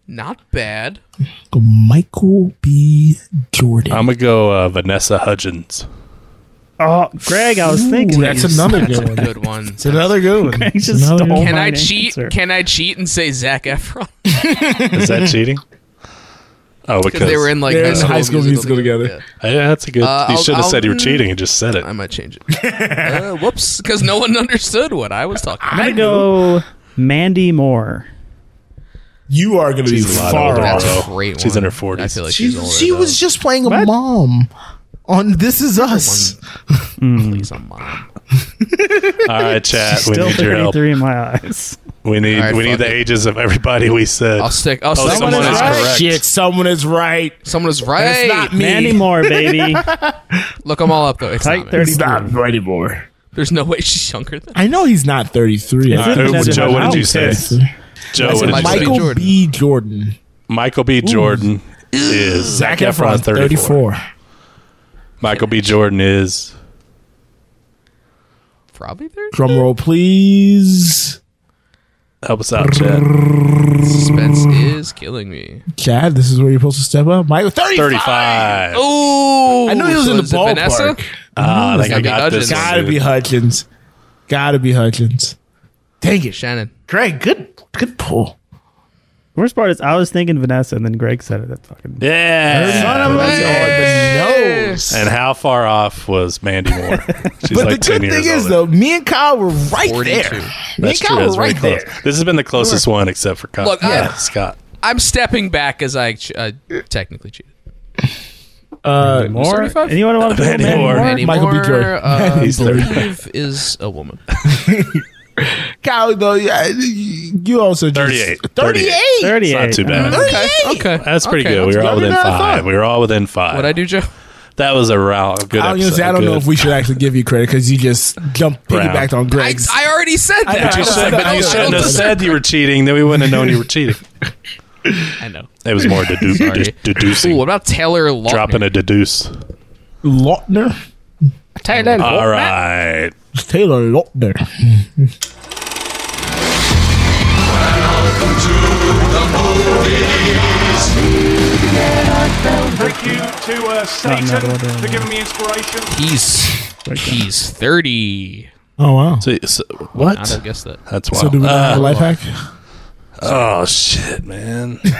Not <laughs> bad. Go Michael B. Jordan. I'm going to go uh, Vanessa Hudgens. Oh, Greg, I was thinking. <laughs> Ooh, that's another good <laughs> one. Good one. It's another good one. He just Another stole one. Can my I answer. cheat? Can I cheat and say Zach Efron? <laughs> <laughs> Is that cheating? Oh, because Because they were in like They're in High School Musical together. Yeah, that's a good. Uh, you I'll- should have I'll- said you were cheating and just said it. Yeah. I might change it. uh, whoops, <laughs> because no one understood what I was talking. I'm going about. to go Mandy Moore. You are going to be She's a lot far older, off. That's Bro, a great. she's one. in her 40s. I feel like She, she's older. she though. was just playing a What? mom on This Is Us. Please, I'm mom. All <laughs> right, chat. We Still need your help. 33 in my eyes. We need All right, we need fuck the it. ages of everybody we said. I'll stick. I'll Oh, stick someone with is mine. correct. Shit, someone is right. Someone is It's right. not <laughs> me. Mandy Moore, <laughs> baby. Look, I'm all up though. It's Tight not me. 30. It's not right anymore. There's no way she's younger than. I know he's not 33. All right, Isn't who- that Joe, just- what did you I say? don't Joe, I what said did you Michael say? Michael Jordan. B. Jordan. Michael B. Jordan is Zach Efron, 34. 34. Michael B. Jordan is Probably there. Drum roll, please. help us out, chat. Suspense is killing me. Chad, this is where you're supposed to step up. Michael, 35. 35. Oh, I knew he was in the Vanessa? ballpark. Mm-hmm. Ah, I think I gotta be got this. Hudgens. one, Gotta dude. be Hutchins. Gotta be Hutchins. Dang it, Shannon. Greg. Good, good pull. Worst part is I was thinking Vanessa, and then Greg said it. That fucking. Yeah. Oh, the nose. And how far off was <laughs> Mandy Moore? She's But like the good 10 years thing is, older. though, me and Kyle were right 42. there. Me That's and true. Kyle That's were right very there. close. This has been the closest one, except for Kyle. Look, I- yeah, Scott. I'm stepping back as I ch- uh, technically cheated. Uh, Moore? 35? Anyone want to Mandy Mandy Moore. Moore? Mandy Michael B. Moore, Jordan. uh, <laughs> He's I 35. believe is a woman. Kyle, though, yeah, you also just, 38. 38. 38. It's not too bad. Uh, Okay, Yay! okay, That's pretty okay, good. We that's were better all within than I five. thought. We were all within five. What'd I do, Joe? That was a round. a Good I, don't know episode. if- I don't know Good. if we should actually give you credit because you just jumped Round. piggybacked on I, Greg's. I already said I know, that. <laughs> But I you, know, said, I know, but I you know, I shouldn't know. have said you were cheating. Then we wouldn't have known you were cheating. I know. It was more dedu- Sorry. de- deducing. Ooh, what about Taylor Lautner? dropping a deduce. Lautner? Taylor All right. Taylor Lautner. Thank you to uh, Satan another one, for yeah. giving me inspiration. He's he's 30. Oh, wow. So, so, I'd what? have guessed that. That's wild. So, do we not have a Uh, life hack? oh shit, <laughs> man. We'll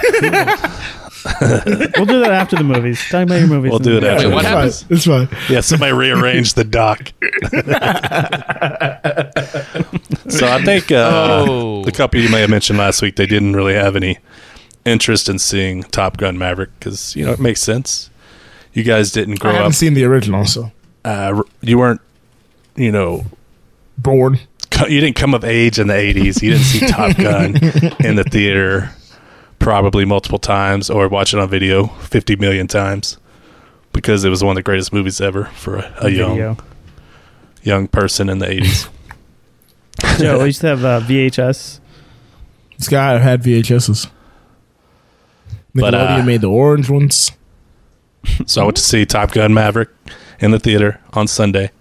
do that after the movies. Talking about your movies. We'll do it after. what this. happened? It's fine. It's fine. Yeah, somebody rearranged the dock. so I think uh, Oh. the couple you may have mentioned last week, they didn't really have any interest in seeing Top Gun Maverick because you know it makes sense. You guys didn't I grow haven't up. seen the original, so. uh, r- you weren't, you know, Bored. co- you didn't come of age in the '80s. You didn't see Top <laughs> Gun in the theater probably multiple times or watch it on video 50 million times because it was one of the greatest movies ever for a, a young Video. young person in the 80s. Joe, we used to have uh, VHS. This guy had VHSs. Nickelodeon But, uh, made the orange ones. So I went to see Top Gun Maverick in the theater on Sunday,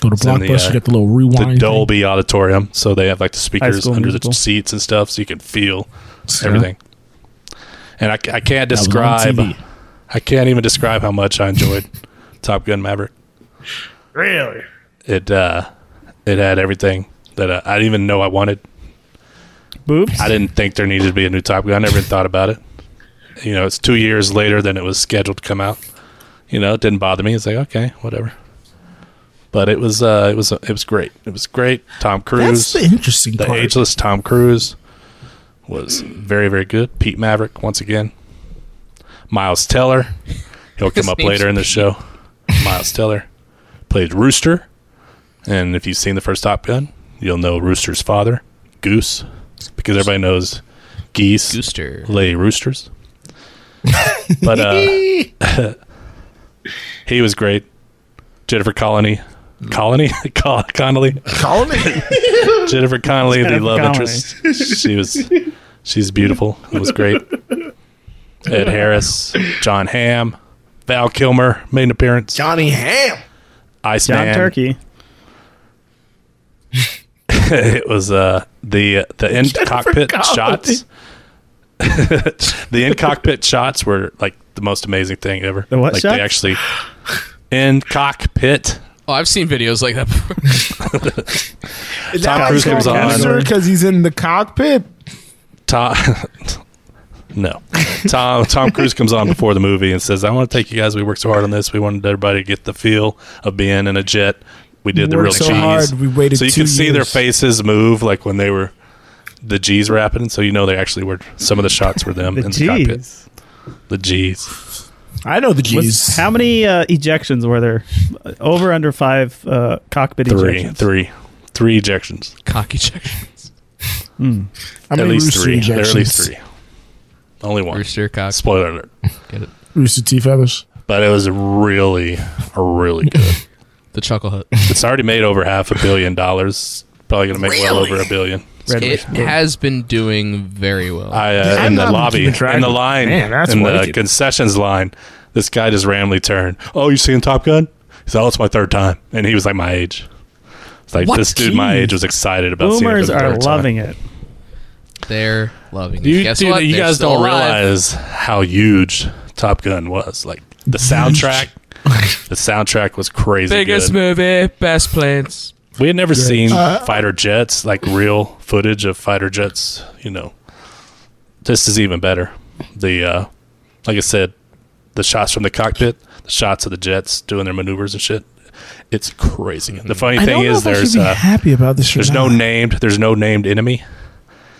Go to it's in the, Blockbuster, uh, get the little the rewind. thing. Dolby Auditorium. So they have like the speakers School under Musical. the seats and stuff, so you can feel Yeah. everything. And I, I can't That was on describe. TV. I can't even describe how much I enjoyed Top Gun Maverick. Really? It uh, it had everything that I, I didn't even know I wanted. Boobs. I didn't think there needed to be a new Top Gun. I never even thought about it. You know, it's two years later than it was scheduled to come out. You know, it didn't bother me. It's like okay, whatever. But it was uh, it was it was great. It was great. Tom That's Cruise, the the, interesting part. ageless Tom Cruise, was very very good. Pete Maverick once again. Miles Teller, he'll His come up name's later in the Pete. show. Miles Teller played Rooster, and if you've seen the first Top Gun, you'll know Rooster's father, Goose, because everybody knows geese Gooster. lay roosters. but uh, <laughs> he was great. Jennifer Colony, Colony, <laughs> Con- Connolly, Colony? <laughs> Jennifer Connolly, the Jennifer love Connelly. interest. She was, she's beautiful. It was great. Ed Harris, John Hamm, Val Kilmer made an appearance. Johnny Ham. John Iceman. Turkey. it was uh the the <laughs> end cockpit Connelly. shots. <laughs> the in cockpit shots were like the most amazing thing ever. The what like shots? they actually in cockpit. Oh, I've seen videos like that before. <laughs> Is Tom that Cruise like comes Sean on. Connery because he's in the cockpit. Tom <laughs> No. Tom Tom Cruise comes on before the movie and says, I want to thank you guys. We worked so hard on this. We wanted everybody to get the feel of being in a jet. We did the Worked real so cheese. hard, we waited so you two could see their years. faces move like when they were the G's rapping, so you know they actually were some of the shots were them The in the cockpit. G's. The G's. I know the Was- G's. How many uh, ejections were there? Over under five uh, cockpit Three, ejections. three, three ejections. Cocky check. How many at least rooster three. There are injections? at least three. Only one. Rooster cock. Spoiler alert. Get it. Rooster teeth feathers. But it was really, really good. The chuckle hut. it's already made over half a billion dollars. Probably going to make well over a billion. Red It Russian. has been doing very well. I uh, I'm in the not lobby, keeping track in the of it. line, Man, that's in the wicked. concessions line. This guy just randomly turned. Oh, you seen Top Gun? He said, "Oh, it's my third time," and he was like my age. It's like What? this dude my Jeez. age was excited about. seeing it for Boomers the are third time. loving it. Oh, They're loving it. You, Guess dude, what? you They're guys still don't alive. realize how huge Top Gun was. Like the soundtrack, the soundtrack was crazy. Biggest good. movie, best plans. We had never seen Uh, fighter jets, like real footage of fighter jets. You know, this is even better. The uh, like I said, the shots from the cockpit, the shots of the jets doing their maneuvers and shit. It's crazy. Mm-hmm. The funny I thing don't know is, if I should there's be uh, happy about this. or there's no not. named there's no named enemy.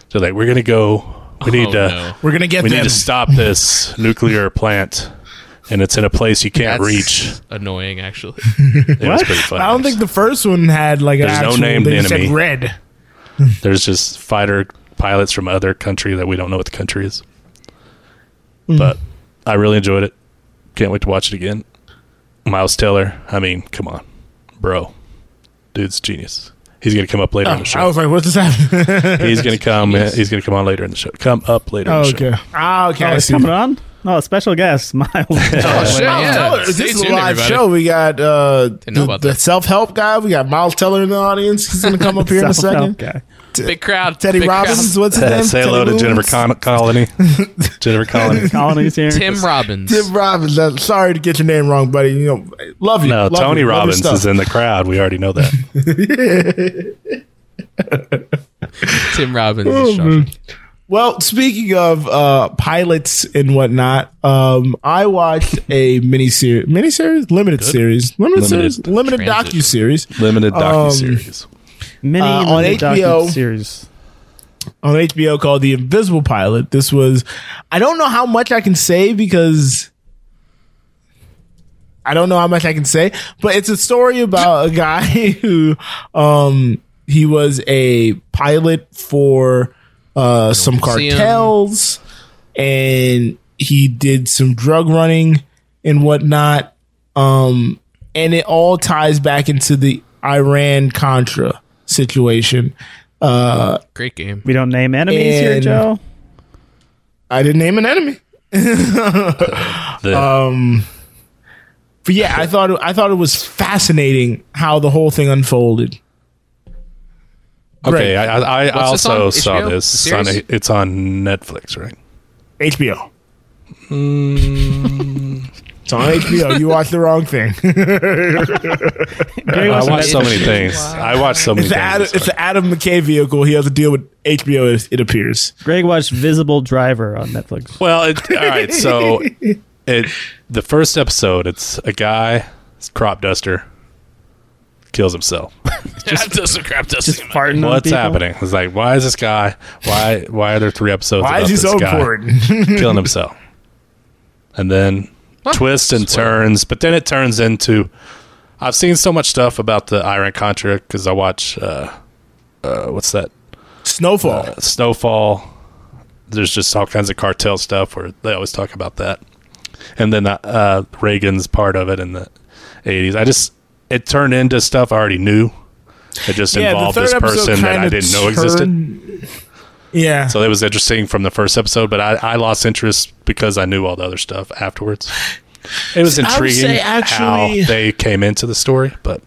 So like we're gonna go. We need oh, to no. We're gonna get we them. need to stop this nuclear plant, and it's in a place you can't That's reach. Annoying, actually. <laughs> It was pretty funny. I don't think the first one had like an There's no actual. named they just had enemy. red. there's just fighter pilots from other country that we don't know what the country is. Hmm. But I really enjoyed it. Can't wait to watch it again. Miles Taylor, I mean, come on, bro, dude's genius. He's gonna come up later in Oh, the I show. was like, "What's this happen?" He's gonna come. He's gonna come on later in the show. Come up <laughs> later. oh, in the okay. Show. Ah, okay. Oh, I it's see. coming on? No, a special <laughs> guest, Miles. Oh, shit, Miles yeah. Teller. This Stay is a tuned, live everybody. show. We got uh, know the, about the that. self help guy. We got Miles Teller in the audience. He's going to come up here in a second. Self-help guy. Big crowd. Teddy big crowd. Robbins. What's his name? Say hello Teddy to Jennifer Robbins? <laughs> Con- Colony. Jennifer Colony. Colonies here. Tim Robbins. Tim Robbins. Uh, sorry to get your name wrong, buddy. You know, love you. No, love Tony you, love your Robbins stuff. is in the crowd. We already know that. Tim Robbins. is Shawshank. Well, speaking of uh, pilots and whatnot, um, I watched a miniseries, miniseries, limited series, limited, Limited series, limited transit. docu series <laughs> Limited docu docuseries. series. Uh, Mini on limited HBO. series. on HBO called The Invisible Pilot. This was, I don't know how much I can say because I don't know how much I can say, but it's a story about a guy <laughs> who, um, he was a pilot for uh, some see 'em. cartels and he did some drug running and whatnot. Um, and it all ties back into the Iran Contra situation. Uh, Great game. We don't name enemies here, And- Joe. I didn't name an enemy. The- uh, But yeah, I thought it, I thought it was fascinating how the whole thing unfolded. Okay, I, I, I What's this also on? saw HBO? this. It's The on, series? it's on Netflix, right? HBO. Hmm. it's on HBO. You watched the wrong <laughs> thing. Gary I Wilson watched so does- many things. I watched so many It's the Adam, things. it's the Adam McKay vehicle. He has to deal with HBO. It, it appears. Greg watched Visible Driver on Netflix. well, it, all <laughs> right. So, it the first episode, it's a guy, it's crop duster, kills <laughs> himself. Just does some crap. Does Just farting on What's people. happening? It's like, why is this guy? Why? Why are there three episodes? Why about is he this so guy? important? <laughs> killing himself. And then twists and turns, but then it turns into. I've seen so much stuff about the Iron Contra because I watch. Uh, uh, what's that? Uh, Snowfall. Snowfall. There's just all kinds of cartel stuff where they always talk about that. And then uh, uh, Reagan's part of it in the 80s. I just. It turned into stuff I already knew. It just involved this person that I kinda didn't know existed. turned- Yeah. So that was interesting from the first episode, but I, I lost interest because I knew all the other stuff afterwards. It was I would intriguing say actually- how they came into the story, but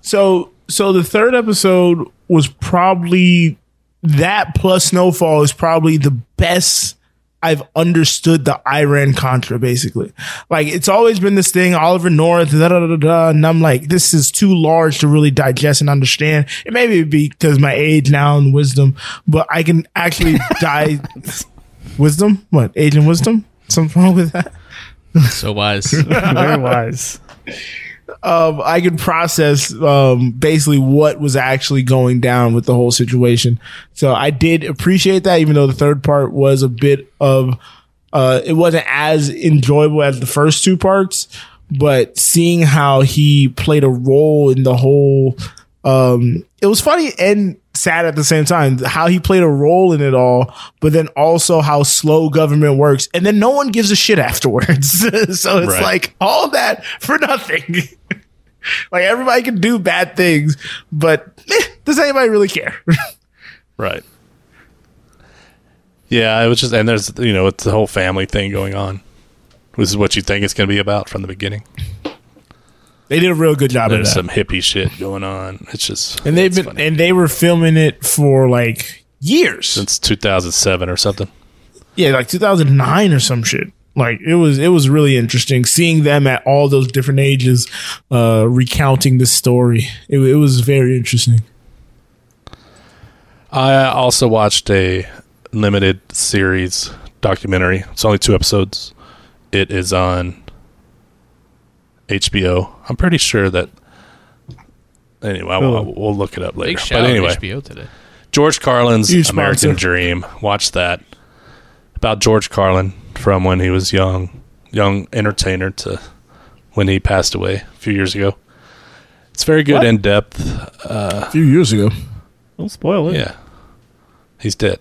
So so the third episode was probably that plus Snowfall is probably the best I've understood the Iran Contra basically. Like it's always been this thing, Oliver North, da da da da, and I'm like, this is too large to really digest and understand. It may be because my age now and wisdom, but I can actually die. Wisdom? What? Age and wisdom? Something wrong with that? So wise. Very wise. um, I could process um, basically what was actually going down with the whole situation. So I did appreciate that, even though the third part was a bit of uh, it wasn't as enjoyable as the first two parts. But seeing how he played a role in the whole, um, it was funny and sad at the same time how he played a role in it all, but then also how slow government works, and then no one gives a shit afterwards. <laughs> so it's Right. like all that for nothing. <laughs> like everybody can do bad things, but eh, does anybody really care? <laughs> Right. Yeah, it was just, and there's, you know, it's the whole family thing going on. This is what you think it's going to be about from the beginning. they did a real good job of There's that. some hippie shit going on. It's just, and they've it's been funny. and they were filming it for like years. since 2007 or something. Yeah, like 2009 or some shit. Like it was it was really interesting seeing them at all those different ages uh recounting this story. It, it was very interesting. I also watched a limited series documentary. It's only two episodes. It is on HBO. I'm pretty sure that. Anyway, I- Cool. I- we'll look it up Big later. <laughs> shout But anyway, out HBO today. George Carlin's Huge American sponsor. Dream. Watch that. About George Carlin from when he was young, young entertainer to when he passed away a few years ago. It's very good What? in depth. A few years ago. Don't spoil it. Yeah. He's dead.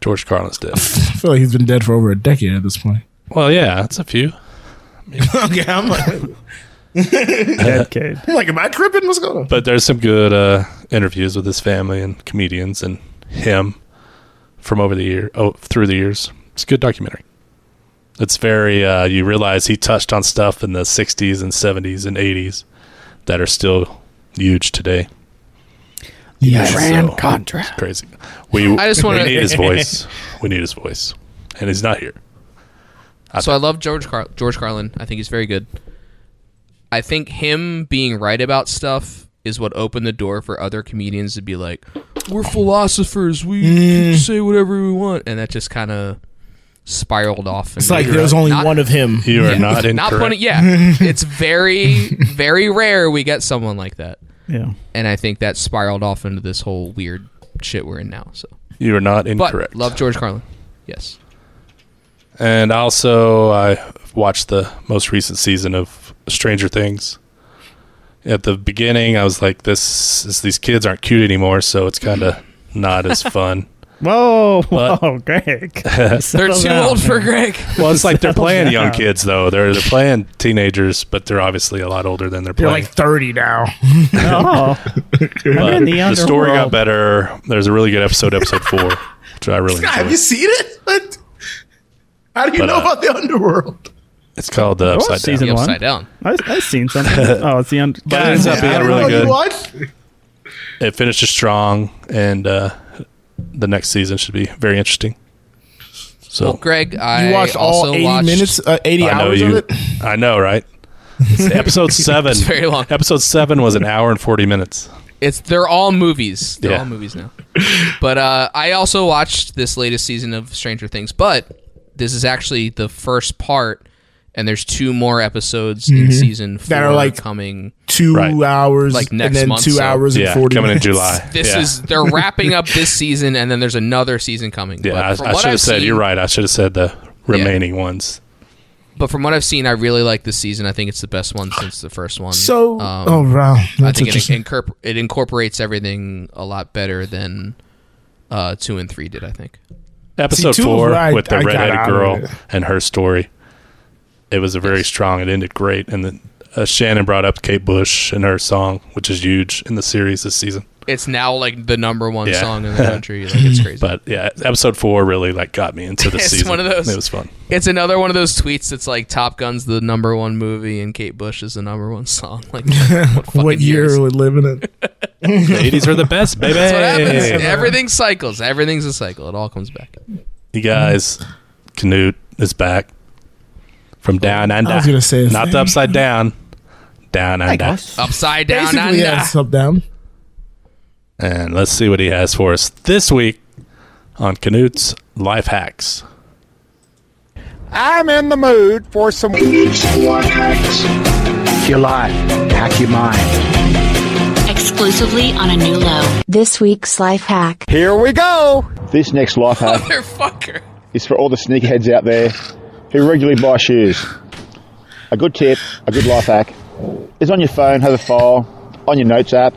George Carlin's dead. I feel like he's been dead for over a decade at this point. <laughs> Well, yeah, that's a few. okay, I'm like, Dead kid. like am I tripping? What's going on? But there's some good uh, interviews with his family and comedians and him from over the year, oh, through the years. It's a good documentary. It's very, uh, you realize he touched on stuff in the 60s and 70s and 80s that are still huge today. Yeah. Iran Contra. crazy. We, I just wanna- we need <laughs> his voice. We need his voice. And he's not here. So I love George Car- George Carlin. I think he's very good. I think him being right about stuff is what opened the door for other comedians to be like, "We're philosophers. We Mm. can say whatever we want," and that just kind of spiraled off. It's like there's only one of him. You are not in. not putting. <laughs> Yeah, it's very very rare we get someone like that, Yeah. and I think that spiraled off into this whole weird shit we're in now. So, You are not but incorrect. love George Carlin. <laughs> Yes. And also, I watched the most recent season of Stranger Things. At the beginning, I was like, "This is these kids aren't cute anymore," so it's kind of not as fun. Whoa, But- whoa, Greg. They're Settle too down, old for man. Greg. Well, it's like they're playing young Yeah. kids though. They're they're playing teenagers, but they're obviously a lot older than they're You're playing. like 30 now. Oh, I'm But in the, Uh, the story got underworld. better. There's a really good episode, episode four, which I <laughs> really Have you enjoyed. seen it? What? How do you But, know uh, about the underworld? It's called uh, Upside Down. season The one. upside down. I, I've seen something. Oh, it's the under. But it ends up being really good. What? It finishes strong, and uh, the next season should be very interesting. So Well, Greg, I You watched all also 80 watched, minutes, uh, 80 I know hours you. of it? I <laughs> know, right? episode seven. very long. Episode seven was an hour and forty minutes. It's they're all movies. They're Yeah. all movies now. but uh, I also watched this latest season of Stranger Things, but this is actually the first part, and there's two more episodes in season four Mm-hmm. That are, like, coming. Two Right. hours Like next and then month, two so- hours and Yeah, 40 coming minutes. in July. This Yeah. is they're wrapping up this season, and then there's another season coming. yeah. But I, from I what should have I've said seen- you're right. I should have said the remaining ones. But from what I've seen, I really like this season. I think it's the best one since the first one. So, Um, oh wow, I that's think it, interesting. incorpor- it incorporates everything a lot better than uh, two and three did. I think. Episode two of four them I- with the I got redheaded out of girl it. and her story. It was a very strong. It ended great, and then uh, Shannon brought up Kate Bush and her song, which is huge in the series this season. it's now like the number one Yeah. song in the country. Like it's crazy. But yeah, episode four really like got me into the <laughs> It's season. one of those- It was fun. it's another one of those tweets that's like Top Gun's the number one movie and Kate Bush is the number one song. <laughs> Like what, fucking What year years? are we living in? The 80s are the best, baby. <laughs> That's what <laughs> happens. Everything cycles. Everything's a cycle. It all comes back. You guys, Mm-hmm. Canute is back from down under. I was gonna say his not the name. upside down, down under. Upside down. Basically, under. yeah, sub down. And let's see what he has for us this week on Canute's life hacks. I'm in the mood for some. Life hacks. Hack your life. Hack your mind. Exclusively on a new low. This week's life hack. Here we go. This next life hack <laughs> Motherfucker. is for all the sneakerheads out there who regularly buy shoes. A good tip, a good life hack is on your phone, have a file, on your notes app,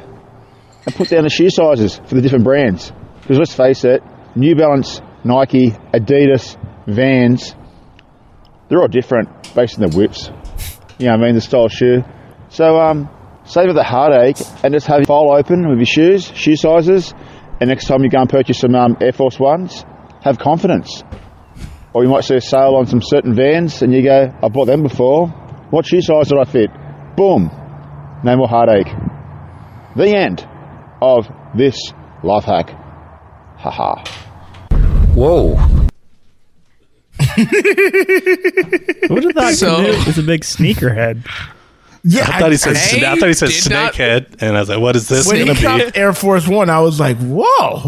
and put down the shoe sizes for the different brands. Because let's face it, New Balance, Nike, Adidas, Vans, they're all different based on the whips. You know what I mean? The style of shoe. So um, save the heartache and just have your file open with your shoes, shoe sizes, and next time you go and purchase some um, Air Force Ones, have confidence. Or you might see a sale on some certain vans and you go, I bought them before. What shoe size did I fit? Boom. No more heartache. The end of this life hack. Haha. Whoa. What did that So- dude is a big sneakerhead? Yeah, I thought he said. Hey, I thought he said did not- snakehead, and I was like, "What is this when going he to dropped <laughs> be?" Air Force One, I was like, "Whoa!"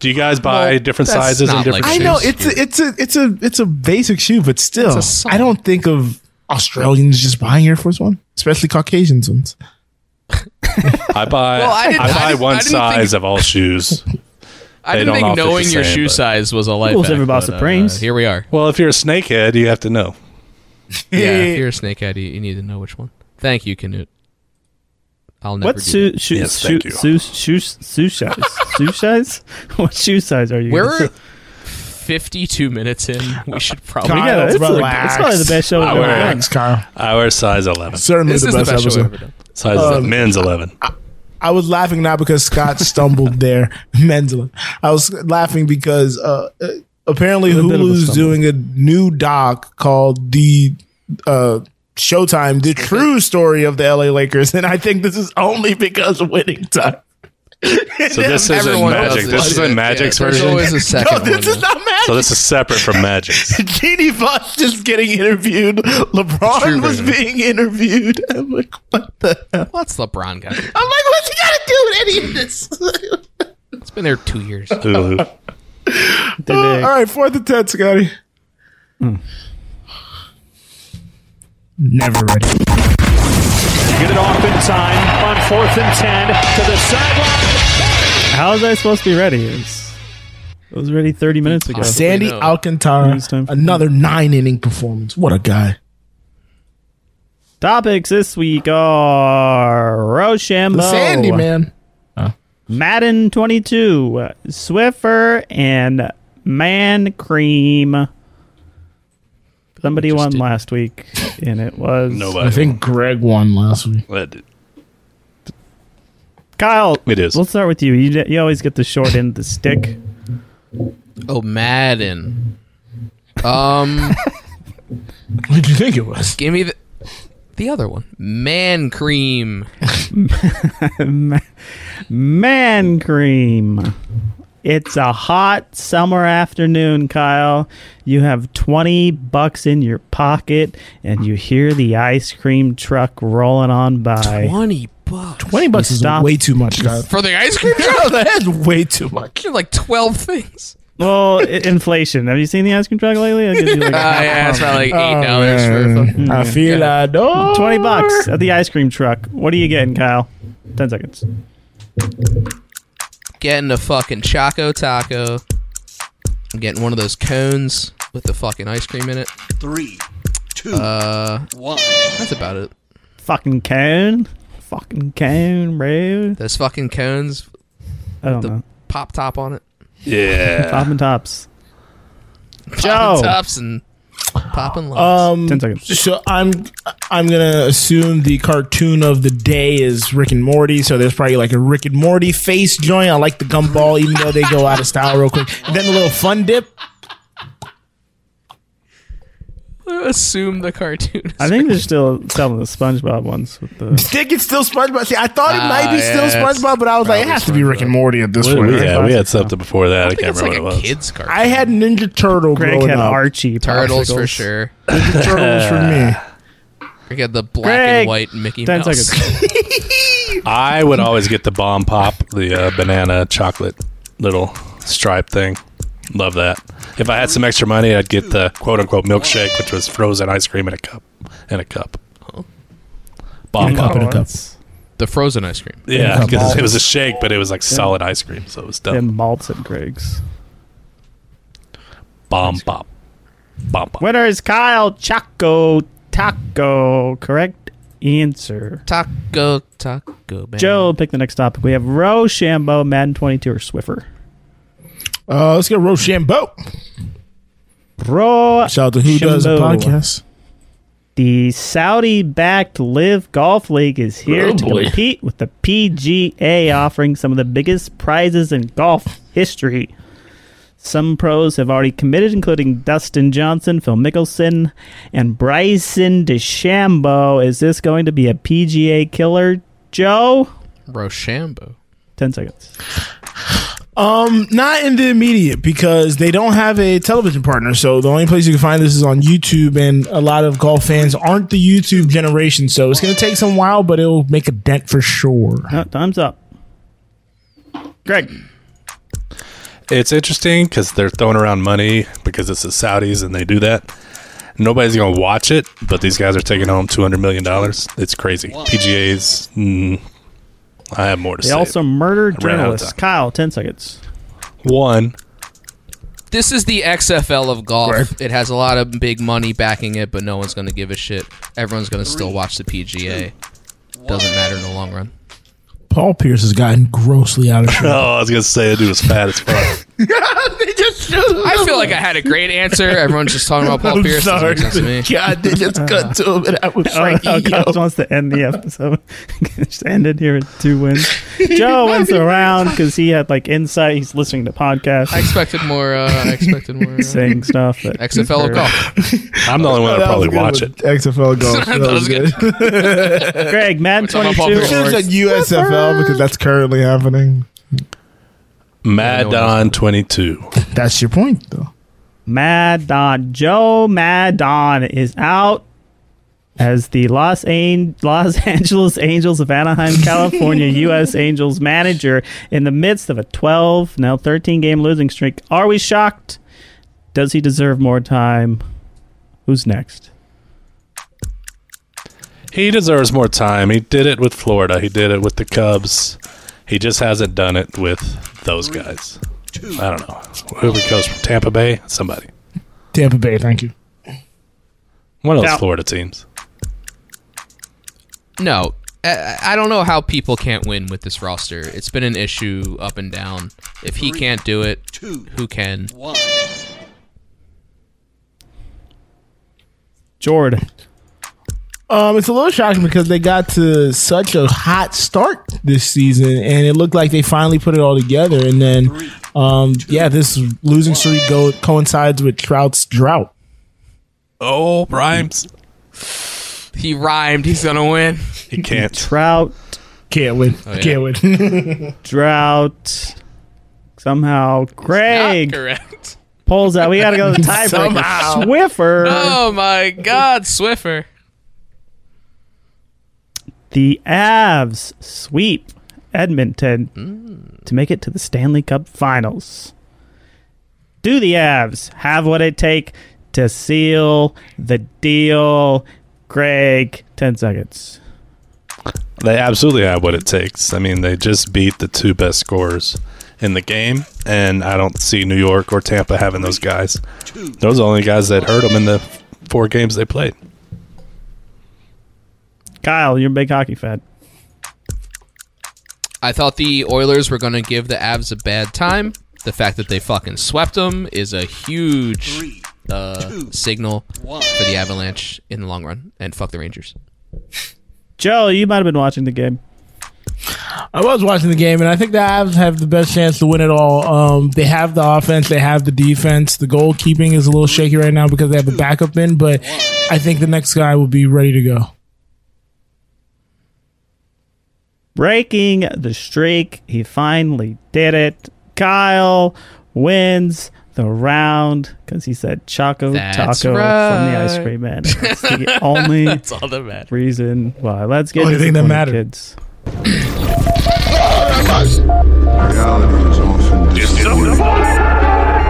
Do you guys buy Well, different that's sizes and not different? like I shoes? know it's a, it's a it's a it's a basic shoe, but still, It's a I don't think of Australians just buying Air Force One, especially Caucasians ones. I buy. Well, I I, didn't- I buy didn't- I one didn't size of <laughs> all shoes. I They didn't don't think all fit knowing the your same, shoe but- size was a life. Rules hack, ever bought but, uh, Supremes. here we are. Well, if you're a snakehead, you have to know. Yeah, if you're a snakehead, you, you need to know which one. Thank you, Canute. I'll never. What do shoe shoe Yes, shoe thank you. shoe shoe shoe size? Shoe size? What shoe size are you? <laughs> that. We're 52 minutes in. We should probably. God. yeah, Let's it's, like, relax. it's probably the best show we've I ever wear done. Thanks, Kyle. I wear size eleven. Certainly This the is the best best show we've episode. ever done. Size Um, men's eleven. I was laughing not because Scott stumbled there, Mendela. I was laughing because uh, uh, apparently A bit of a Hulu's stumble. doing a new doc called the uh, Showtime: The True Story of the LA Lakers, and I think this is only because of winning time. So this isn't Everyone does magic. This shit. isn't magic's yeah, version. There's always a <laughs> second No, Oh, this one. is not magic. so this is separate from magic's. Jeannie Buss just getting interviewed. True LeBron was version. being interviewed. <laughs> I'm like, what the hell? What's LeBron got? to do? I'm like, what's he got to do with any of this? <laughs> It's been there two years. Hulu. Did All they- right, fourth and ten, Scotty. Never ready. Get it off in time on fourth and ten to the sideline. <laughs> How was I supposed to be ready? It was, it was ready 30 minutes ago. Sandy know. Alcantara, It's time for- another nine inning performance. What a guy. Topics this week are Rochambeau, The Sandy, man. Madden 22, Swiffer, and Man Cream. Somebody just won did- last week, <laughs> and it was Nobody. I think Greg won last week. That did- Kyle. It is. We'll start with you. You, you always get the short end of the stick. Oh, Madden. <laughs> Um, What did you think it was? give me the the other one. Man cream. Man cream. It's a hot summer afternoon, Kyle. You have 20 bucks in your pocket and you hear the ice cream truck rolling on by. Twenty bucks 20 bucks You is stopped. way too much, <laughs> guys. for the ice cream truck. That's way too much. You're like twelve things. Well, i- inflation. Have you seen the ice cream truck lately? I did do like Uh, <laughs> half yeah, it's off. probably like Oh, eight dollars for a fucking. I feel I don't. 20 bucks at the ice cream truck. What are you getting, Kyle? 10 seconds. Getting a fucking choco taco. I'm getting one of those cones with the fucking ice cream in it. Three, two, Uh, one. that's about it. Fucking cone. Fucking cone, bro. Those fucking cones, I don't The- know. pop top on it, Yeah. Top and tops. Poppin' Joe. tops and popping locks. Um, 10 <laughs> seconds. So I'm I'm gonna assume the cartoon of the day is Rick and Morty. So there's probably like a Rick and Morty face joint. I like the gumball, even though they go out of style real quick. And then a little fun dip. <laughs> Assume the cartoon. is Uh, I think they're still selling the SpongeBob ones with the Think it's still SpongeBob. See, I thought it Ah, might be still yeah, it's SpongeBob, but I was like, it probably has to be Rick and Morty at this What did point. we right? had? We had something before that. I, I think can't it's remember what like a it was. kid's cartoon. I had Ninja Turtle Greg growing had up. Archie Turtles for popsicles. <laughs> sure. Turtles for <laughs> me. I got the black Greg! and white Mickey Ten Mouse. seconds. I would always get the bomb pop, the uh, banana chocolate little stripe thing. Love that. If I had some extra money, I'd get the quote unquote milkshake, which was frozen ice cream in a cup. In a cup. In a cup, in a cup. <laughs> The frozen ice cream. Yeah, Yeah, because it malts. was a shake, but it was like Yeah. solid ice cream, so it was dope. Them malts at Greg's. Bomb bop. Bomb bop. Winner is Kyle Chaco Taco. Correct answer. Taco Taco. Man. Joe, pick the next topic. We have Rochambeau, Madden 22, or Swiffer. Uh, let's get Rochambeau. Bro, Shout out to Who Does the Shambo. Podcast. The Saudi backed Live Golf League is here Oh, to boy. compete with the PGA, offering some of the biggest prizes in golf history. Some pros have already committed, including Dustin Johnson, Phil Mickelson, and Bryson DeChambeau. Is this going to be a PGA killer, Joe? Rochambeau. 10 seconds. Um, not in the immediate because they don't have a television partner. So the only place you can find this is on YouTube, and a lot of golf fans aren't the YouTube generation. So it's going to take some while, but it'll make a dent for sure. Uh, time's up. Greg. It's interesting because they're throwing around money because it's the Saudis and they do that. Nobody's gonna watch it, but these guys are taking home two hundred million dollars. It's crazy. PGA's. Mm, I have more to They say. also murdered I ran out of journalists. time. Kyle, 10 seconds. One. This is the XFL of golf. It has a lot of big money backing it, but no one's going to give a shit. Everyone's going to still watch the PGA. Doesn't matter in the long run. Paul Pierce has gotten grossly out of Oh, <laughs> shape. I was gonna say that dude was fat as fuck. <laughs> I feel like I had a great answer. Everyone's just talking about Paul I'm Pierce. Doesn't make sense to me. <laughs> God, they just cut to him, and I <laughs> <laughs> was Oh, no, Coach wants to end the episode. <laughs> Just end it here with two wins. Joe wins the round because he had like insight. He's listening to podcasts, I expected more. Uh, I expected more. Uh, saying stuff. That XFL of golf. I'm the only one that probably watch it. <laughs> XFL golf. I That thought was it was good. <laughs> <laughs> Greg, Madden We're talking about 22. Paul Pierce. Should have said USFL because that's currently happening. Mad Don twenty two. That's your point, though. Madon. Joe Madon is out as the Los, An- Los <laughs> Angeles Angels of Anaheim, California, U.S. Angels manager in the midst of a 12, now 13 game losing streak. Are we shocked? Does he deserve more time? Who's next? He deserves more time. He did it with Florida. He did it with the Cubs. He just hasn't done it with those guys. I don't know. Who goes from Tampa Bay? Somebody. Tampa Bay, thank you. One of those Now- Florida teams. No, I, I don't know how people can't win with this roster. It's been an issue up and down. If he can't do it, who can? Jordan. Um, it's a little shocking because they got to such a hot start this season, and it looked like they finally put it all together. And then, um, yeah, this losing streak go, coincides with Trout's drought. Oh, rhymes. He rhymed. He's gonna win. He can't. Trout, Can't win. Oh, yeah. Can't win. <laughs> drought. Somehow, Not Craig correct. pulls out. We gotta go to the tiebreaker. Swiffer. Oh my God, Swiffer. The Avs sweep Edmonton to make it to the Stanley Cup Finals. Do the Avs have what it take to seal the deal? Greg, 10 seconds. They absolutely have what it takes. I mean, they just beat the two best scorers in the game, and I don't see New York or Tampa having those guys. Those are the only guys that hurt them in the four games they played. Kyle, you're a big hockey fan. I thought the Oilers were going to give the Avs a bad time. The fact that they fucking swept them is a huge uh, signal for the Avalanche in the long run. And fuck the Rangers. Joe, you might have been watching the game. I was watching the game, and I think the Avs have the best chance to win it all. Um, they have the offense, they have the defense. The goalkeeping is a little shaky right now because they have a backup in, but I think the next guy will be ready to go. Breaking the streak. He finally did it. Kyle wins the round because he said Choco That's Taco from the Ice right. Cream Man. That's the only <laughs> That's all that matters. reason why. Let's get Only to the thing that corny mattered. kids. Reality is often distorted.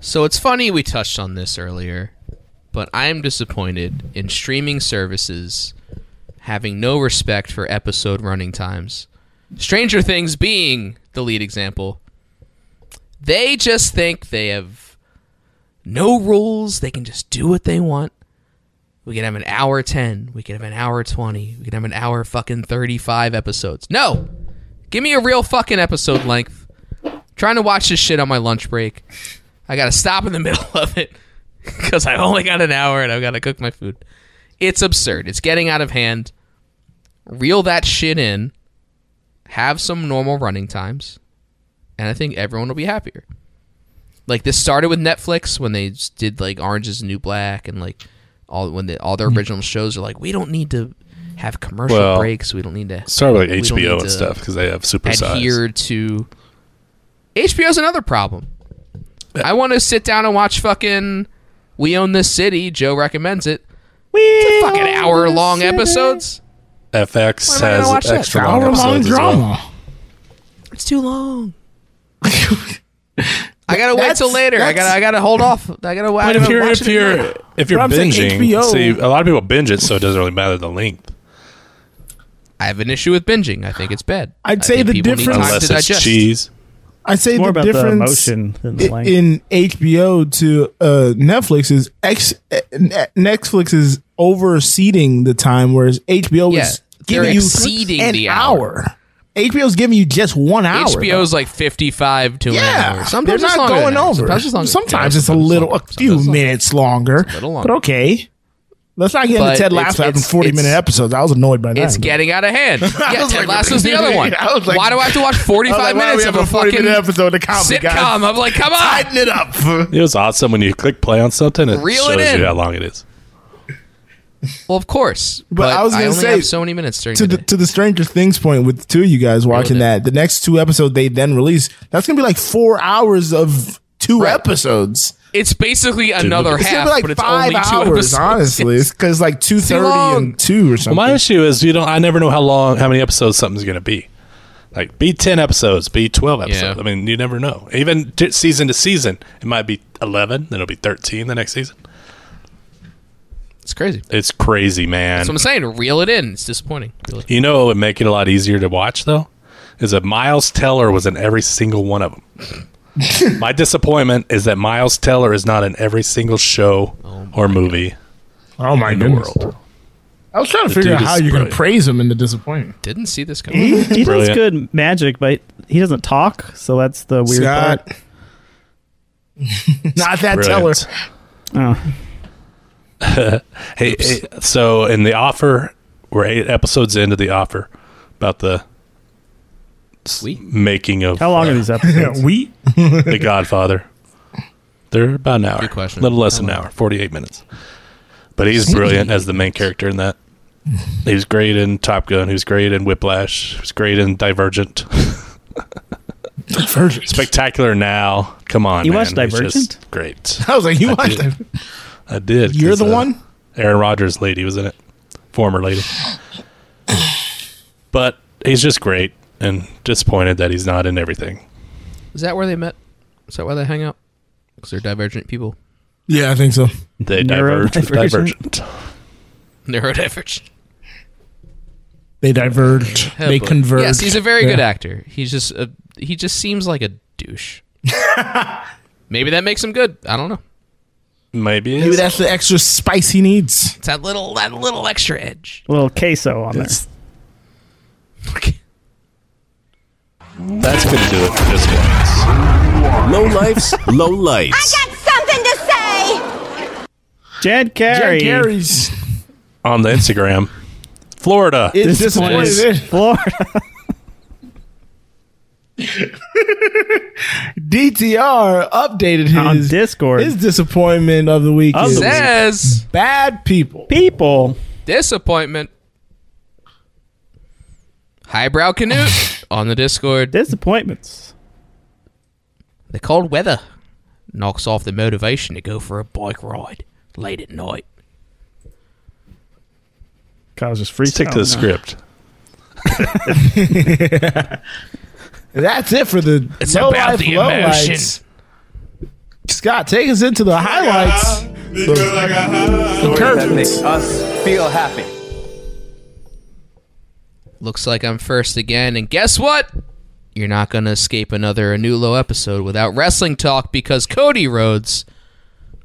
So it's funny we touched on this earlier, but I am disappointed in streaming services having no respect for episode running times. Stranger Things being the lead example. They just think they have no rules, they can just do what they want. We can have an hour 10, we can have an hour 20, we can have an hour fucking 35 episodes. No! Give me a real fucking episode length. trying to watch this shit on my lunch break. I gotta stop in the <laughs> middle of it because I only got an hour and I've gotta cook my food. It's absurd. It's getting out of hand. Reel that shit in. Have some normal running times, and I think everyone will be happier. Like this started with Netflix when they s- did like Orange is the New Black and like all when they, all their original shows are like we don't need to have commercial Mm. Well, breaks. We don't need to start with, like, we don't HBO need and to stuff, 'cause they have supersized. adhere to HBO's another problem. I want to sit down and watch fucking We Own This City. Joe recommends it. We it's a fucking hour long episodes. FX Why am I gonna watch has that? extra long Hour-long episodes Oh, as well. drama. It's too long. I gotta wait That's- till later. I that's- gotta I gotta hold off. I gotta wait. But if you're if you're if you're But I'm saying binging, HBO see a lot of people binge it, so it doesn't really matter the length. I have an issue with binging. I think it's bad. I'd say think the people need difference- time to Unless it's digest. cheese. I say It's more the about the difference emotion than the i- length. in HBO to uh, Netflix is ex- eh, ne- Netflix is overseeding the time, whereas HBO Yeah, is they're giving you exceeding an the hour. HBO is giving you just one hour. though. HBO's like 55 to an hour. yeah, Sometimes they're it's not longer going than that. over. Sometimes it's longer. Sometimes Yeah, it's a little, a few minutes longer. little longer. But okay, let's not get But into Ted it's- Lasso having it's- forty minute it's- episodes. I was annoyed by that. It's getting out <laughs> of hand. Yeah, was Ted like- Lasso's the other one. <laughs> I was like- why do I have to watch 45 I was like, why are minutes we of having a a 40 fucking minute episode of comedy, sitcom? guys? I'm like, come on. tighten it up. It was awesome when you click play on something. It Reel it shows in. you how long it is. Well, of course. But, I I was was going gonna to say, say have so many minutes during to the the, day. to the Stranger Things point with the two of you guys watching that. The next two episodes they then release. That's gonna be like four hours of two episodes. It's basically another It's gonna half, be like but it's five only two hours, episodes. <laughs> honestly. It's because like two thirty long. and two or something. my issue is you don't. I never know how long, how many episodes something's going to be. Like be ten episodes, be twelve episodes. I mean, you never know. Even t- season to season, it might be eleven, then it'll be thirteen the next season. It's crazy. It's crazy, man. That's what I'm saying. Reel it in. It's disappointing. Reel it You know, it would make it a lot easier to watch though. Is that Miles Teller was in every single one of <laughs> them. My disappointment is that Miles Teller is not in every single show or movie. Oh my in the goodness. world. I was trying to The figure out dude how is you're gonna brilliant. praise him in the disappointment. Didn't see this he Eh? coming. he does Brilliant. good magic, but he doesn't talk, so that's the weird Scott. <laughs> part. Not that teller. Brilliant. Oh. Hey, hey, so in the offer, we're eight episodes into the offer about the s- making of How <laughs> long are these episodes? we The Godfather. They're about an hour, Good question. little less than an hour, forty-eight minutes. But he's brilliant as the main character in that. He's great in Top Gun. He's great in Whiplash. He's great in <laughs> Divergent. Divergent. Spectacular now. Come on, You man. watched He's just Divergent? Great. I was like, you I watched did. that? I did. You're 'cause, the uh, one. Aaron Rodgers' lady was in it, former lady. but he's just great, and disappointed that he's not in everything. Is that where they met? Is that why they hang out? Because they're divergent people. <laughs> Yeah, I think so. They diverge with Neurodivergent? Divergent. Neurodivergent. They diverge. Yeah, they but- converge. Yes, he's a very good Yeah. actor. He's just a, he just seems like a <laughs> douche. Maybe that makes him good. I don't know. Maybe, Maybe it's- that's the extra spice he needs. It's that little that little extra edge. A little queso on It's- That's gonna do it for this one. Low lifes, low lights. something to say. there. Jed Jack Carey. Carey's On the Instagram, Florida. is disappointed. <laughs> is Florida. DTR updated his On Discord. His disappointment of the week Of is the week. Says bad people. People. disappointment. <laughs> Highbrow Canute on the Discord. Disappointments. The cold weather knocks off the motivation to go for a bike ride late at night. Kyle's just freaking Stick out to the now. script. That's it for the It's low about life, the low emotion. lights. Scott, take us into the highlights. The, the that make us feel happy. Looks like I'm first again, and guess what? You're not going to escape another Anulo episode without wrestling talk because Cody Rhodes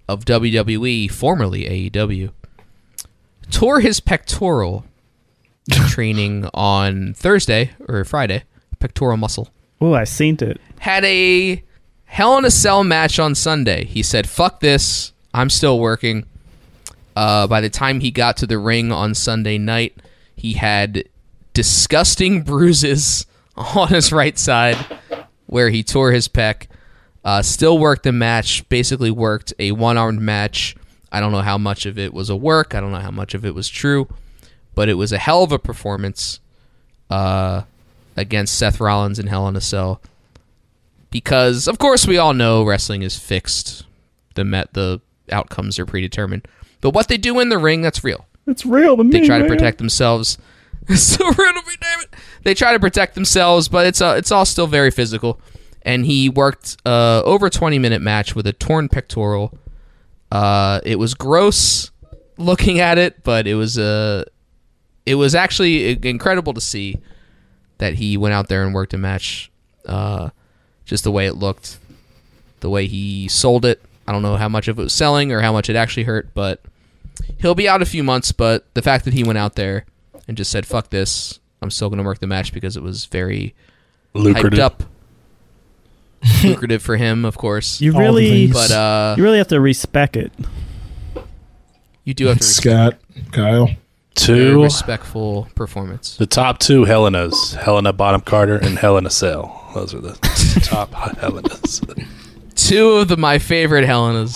of WWE, formerly AEW, tore his pectoral training on Thursday or Friday, pectoral muscle. Oh, I seen it. Had a Hell in a Cell match on Sunday. He said, "Fuck this, I'm still working." Uh, by the time he got to the ring on Sunday night, he had disgusting <laughs> bruises on his right side where he tore his pec. Uh, still worked the match, basically worked a one armed match. I don't know how much of it was a work. I don't know how much of it was true, but it was a hell of a performance uh, against Seth Rollins and Hell in a Cell. Because of course we all know wrestling is fixed. The met the outcomes are predetermined, but what they do in the ring that's real. It's real to They me, try to man. protect themselves. <laughs> It's so real to me, damn it. They try to protect themselves, but it's uh, it's all still very physical. And he worked uh, over a 20 minute match with a torn pectoral. Uh, it was gross looking at it, but it was uh, it was actually i- incredible to see that he went out there and worked a match. Uh, just the way it looked, the way he sold it. I don't know how much of it was selling or how much it actually hurt, but he'll be out a few months, but the fact that he went out there and just said "fuck this," I'm still going to work the match because it was very Lucrative. hyped up, lucrative for him, of course. You really, but uh, you really have to respect <laughs> it. you do have to Scott, Kyle. very Two, respectful performance. the top two Helenas, Helena Bottom Carter and Helena Cell. Those are the <laughs> top Helenas. Two of the, my favorite Helenas.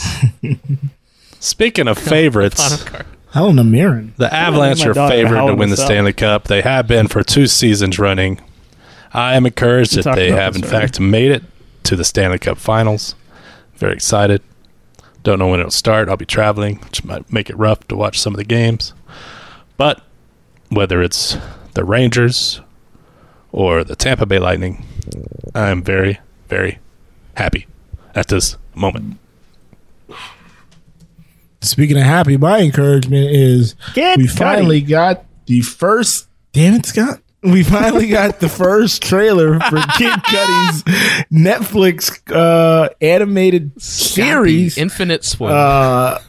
Speaking of favorites, Bottom card. Helen Mirren. The Avalanche my are daughter favored to howling win the this out. Stanley Cup. They have been for two seasons running. I am encouraged We that talked they about have, in this already. fact, made it to the Stanley Cup Finals. Very excited. Don't know when it'll start. I'll be traveling, which might make it rough to watch some of the games. But whether it's the Rangers or the Tampa Bay Lightning, I am very, very happy at this moment. Speaking of happy, my encouragement is Get we Cuddy. finally got the first. Damn it, Scott! We finally got the first trailer for Kid Cudi's Netflix uh, animated series. Infinite spoiler. Uh,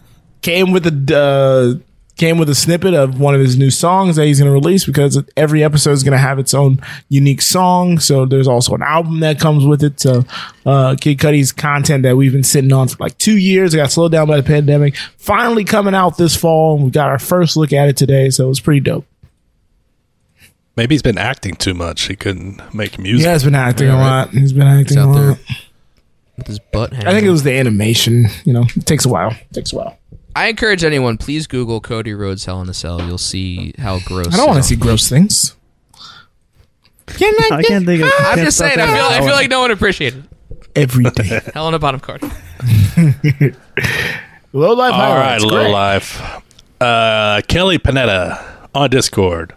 came with a uh, came with a snippet of one of his new songs that he's going to release because every episode is going to have its own unique song. So there's also an album that comes with it. So uh, Kid Cudi's content that we've been sitting on for like two years it got slowed down by the pandemic. Finally coming out this fall, and we got our first look at it today. So it was pretty dope. Maybe he's been acting too much. He couldn't make music. yeah, he's been acting a Yeah, right. lot. He's been acting a out lot. there with his butt. I think it was the animation. You know, it takes a while. takes a while. I encourage anyone, please Google Cody Rhodes Hell in a Cell. You'll see how gross. I don't want to his see gross things. Can I, I can't think of. I'm can't just stop saying. I thinking feel. about I feel that like no one appreciated. every day. Hell on a bottom <laughs> card. Low life. All right, highlights. low Great. life. Uh, Kelly Panetta on Discord.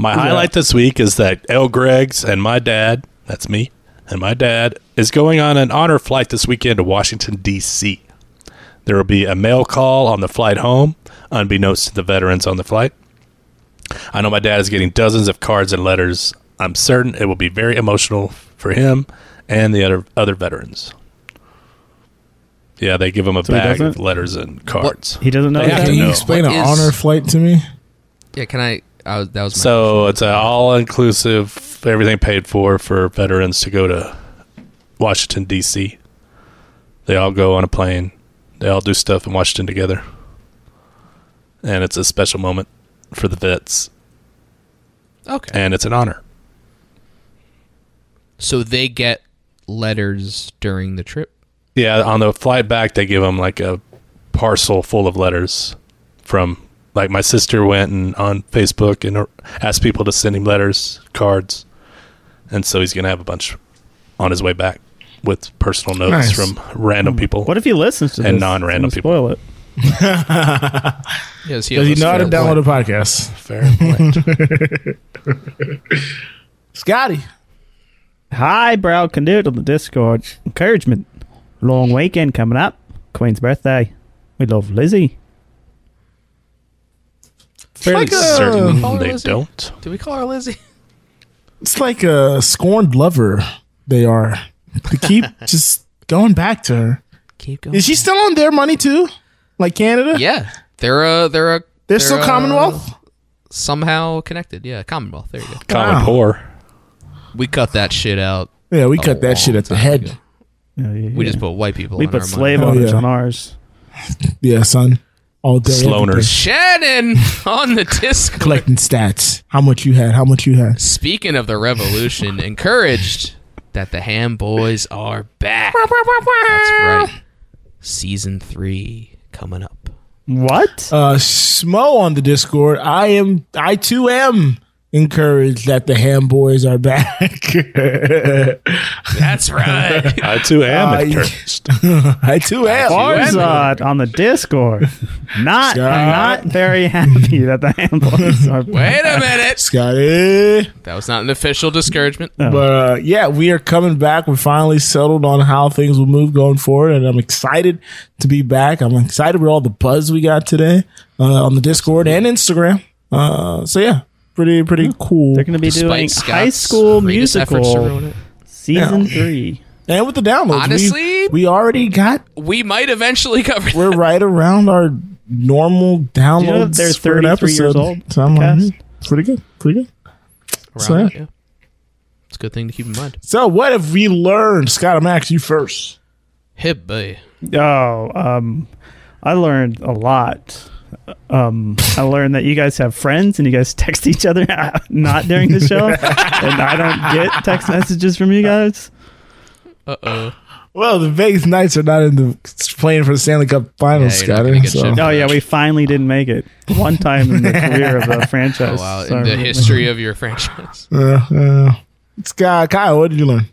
My highlight this week is that El Greggs and my dad, that's me, and my dad is going on an honor flight this weekend to Washington, D.C. There will be a mail call on the flight home, unbeknownst to the veterans on the flight. I know my dad is getting dozens of cards and letters. I'm certain it will be very emotional for him and the other other veterans. Yeah, they give him a So he bag of doesn't- letters and cards. He doesn't know They have that? to Can you know. explain What an is- honor flight to me? Yeah, can I? I was, that was my So it's an all-inclusive, everything paid for for veterans to go to Washington D.C. They all go on a plane. They all do stuff in Washington together, and it's a special moment for the vets, okay. and it's an honor. So they get letters during the trip. Yeah, on the flight back, they give them like a parcel full of letters from like my sister went and on Facebook and asked people to send him letters, cards, and so he's gonna have a bunch on his way back with personal notes Nice. from random people. What if he listens to And this? non-random It's gonna Spoil it. Does Yes, he know how to download a podcast? Fair point. <laughs> Scotty. Hi, Brow Canute on the Discord. Encouragement. Long weekend coming up. Queen's birthday. We love Lizzie. Fairly Like, uh, certain call her they Lizzie. don't. Do we call her Lizzie? It's like a scorned lover. They are. They <laughs> keep just going back to her. Keep Is she still on their money too? Like Canada? <laughs> Yeah, they're a they're a They're uh, still Commonwealth? Somehow connected, yeah. Commonwealth. There you go. Common Wow. poor. We cut that shit out. Yeah, we a cut that shit at the head. We just put white people. We on put our slave Oh, money. owners yeah. on ours. Yeah, son. All day. every Sloaners. day. Shannon <laughs> on the disc. Collecting stats. How much you had? How much you had? Speaking of <laughs> the revolution, encouraged that the Ham Boys are back. That's right. Season three coming up. What? Uh, Smo on the Discord. I am. I too am encouraged that the Ham Boys are back. <laughs> That's <laughs> right. I too am I- encouraged. I too am. Barzod on <laughs> the Discord. Not, Yeah. I'm not very happy that the <laughs> ambulance are. Wait <laughs> a minute. Scotty. That was not an official discouragement. But uh, yeah, we are coming back. We finally settled on how things will move going forward, and I'm excited to be back. I'm excited with all the buzz we got today uh, on the Discord and Instagram. Uh, so yeah, pretty pretty cool. They're going to be Despite doing Scott's High School greatest efforts to ruin Musical it. season Yeah. three. and with the downloads, Honestly- we, we already got. We might eventually cover We're right around our normal downloads they're for an 33 years episode. old, So I'm like, Cass? hmm, pretty good, pretty good. around So, it, yeah. yeah. It's a good thing to keep in mind. So what have we learned, Scott? I'm asking you first. Hip boy. Oh, um, I learned a lot. Um, I learned that you guys have friends and you guys <laughs> text each other not during the show, and I don't get text messages from you guys. Uh oh. Well, the Vegas Knights are not in the playing for the Stanley Cup Finals, Yeah, you're not Scotty. gonna get so- shit. Oh yeah, we finally didn't make it. One time in the career <laughs> of the Oh franchise. wow. In Sorry. the history of <laughs> your franchise. Yeah, yeah. It's Kyle, Kyle, what did you learn?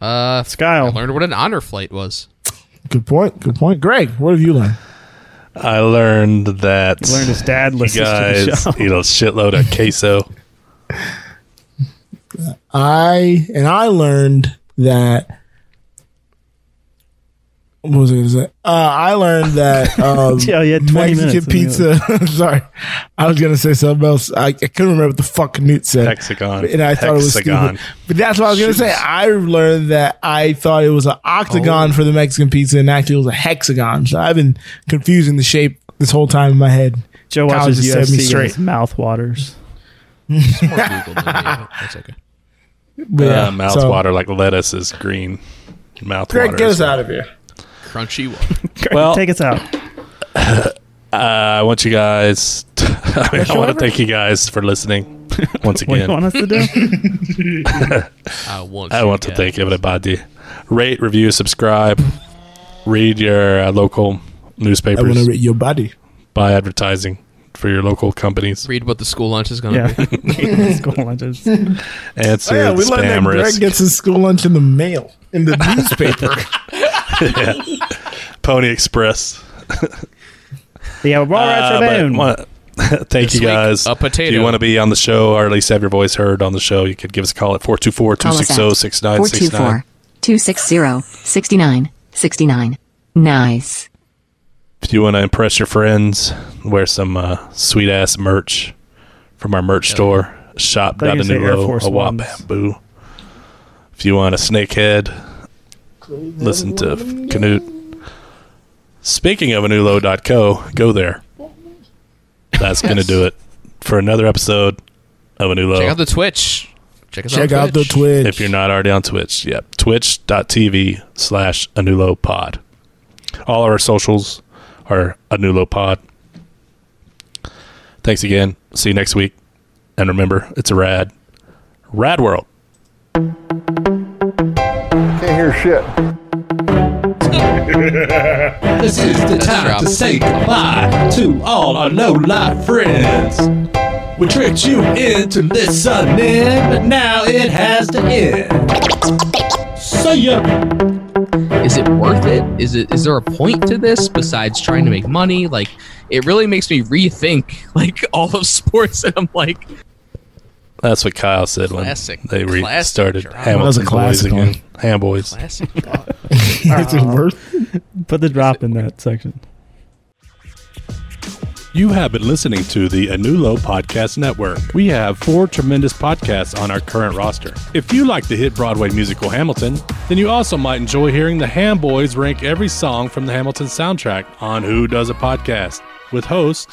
Uh I Kyle, learned what an honor flight was. Good point. Good point. Greg, what have you learned? I learned that you learned his dad you listens guys to the show. eat a shitload of queso. I and I learned that. What was I going to say? Uh, I learned <laughs> that um, Yeah, you had 20 Mexican minutes. pizza. <laughs> sorry, I was going to say something else. I, I couldn't remember what the fuck Newt said. Hexagon. and I thought it Hexagon. was stupid. But that's what I was going to say. I learned that I thought it was an octagon Oh. for the Mexican pizza, and actually it was a hexagon. So I've been confusing the shape this whole time in my head. <laughs> Joe Kyle watches just said me UFC and straight. his mouth waters. It's more Google than <laughs> me, but That's okay. But Yeah, mouth so- water like lettuce is green. Mouth Greg, water. get is- us out of here. Crunchy one. Well- uh, take us out. I want you guys. <laughs> I, mean, I want to thank you guys for listening once What do you again. want us to do? I want I you want to guys. thank everybody. Rate, review, subscribe. Read your uh, local I want newspapers. to read your body. buy advertising for your local companies. Read what the school lunch is gonna yeah. <laughs> be. School lunches. Answer Oh, yeah, the we learned that spam Greg risk. gets his school lunch in the mail, in <laughs> the newspaper. Pony Express. The Aurora Uh, but Tribune. wanna- <laughs> Thank This you week, guys. a potato. If you want to be on the show or at least have your voice heard on the show, you could give us a call at 424 Call us at 260 6969. 424-260-6969. Nice. If you want to impress your friends, wear some uh, sweet ass merch from our merch store, shop Thought you down were to gonna say Air New Force Awap Ones. Bamboo. If you want a snakehead, listen to Canute. Speaking of anulo.co, go there. That's going to do it for another episode of Anulo. Check out the Twitch. Check us Check out, on out the Twitch. if you're not already on Twitch. Yep. Twitch.tv slash Anulo Pod. All our socials are Anulo Pod. Thanks again. See you next week. And remember, it's a rad, rad world. Can't hear shit. This is the time to say goodbye to all our low life friends. We tricked you into listening, but now it has to end. See ya. Is it worth it? Is it is there a point to this besides trying to make money? Like <laughs> it really makes me rethink like all of sports and I'm like That's what Kyle said Classic- when they classic restarted drama. Hamilton That was a Boys classic again. one. Ham Boys. Is it worth Put the drop in that section. You have been listening to the Anulo Podcast Network. We have four tremendous podcasts on our current roster. If you like the hit Broadway musical Hamilton, then you also might enjoy hearing the Ham Boys rank every song from the Hamilton soundtrack on Who Does a Podcast with hosts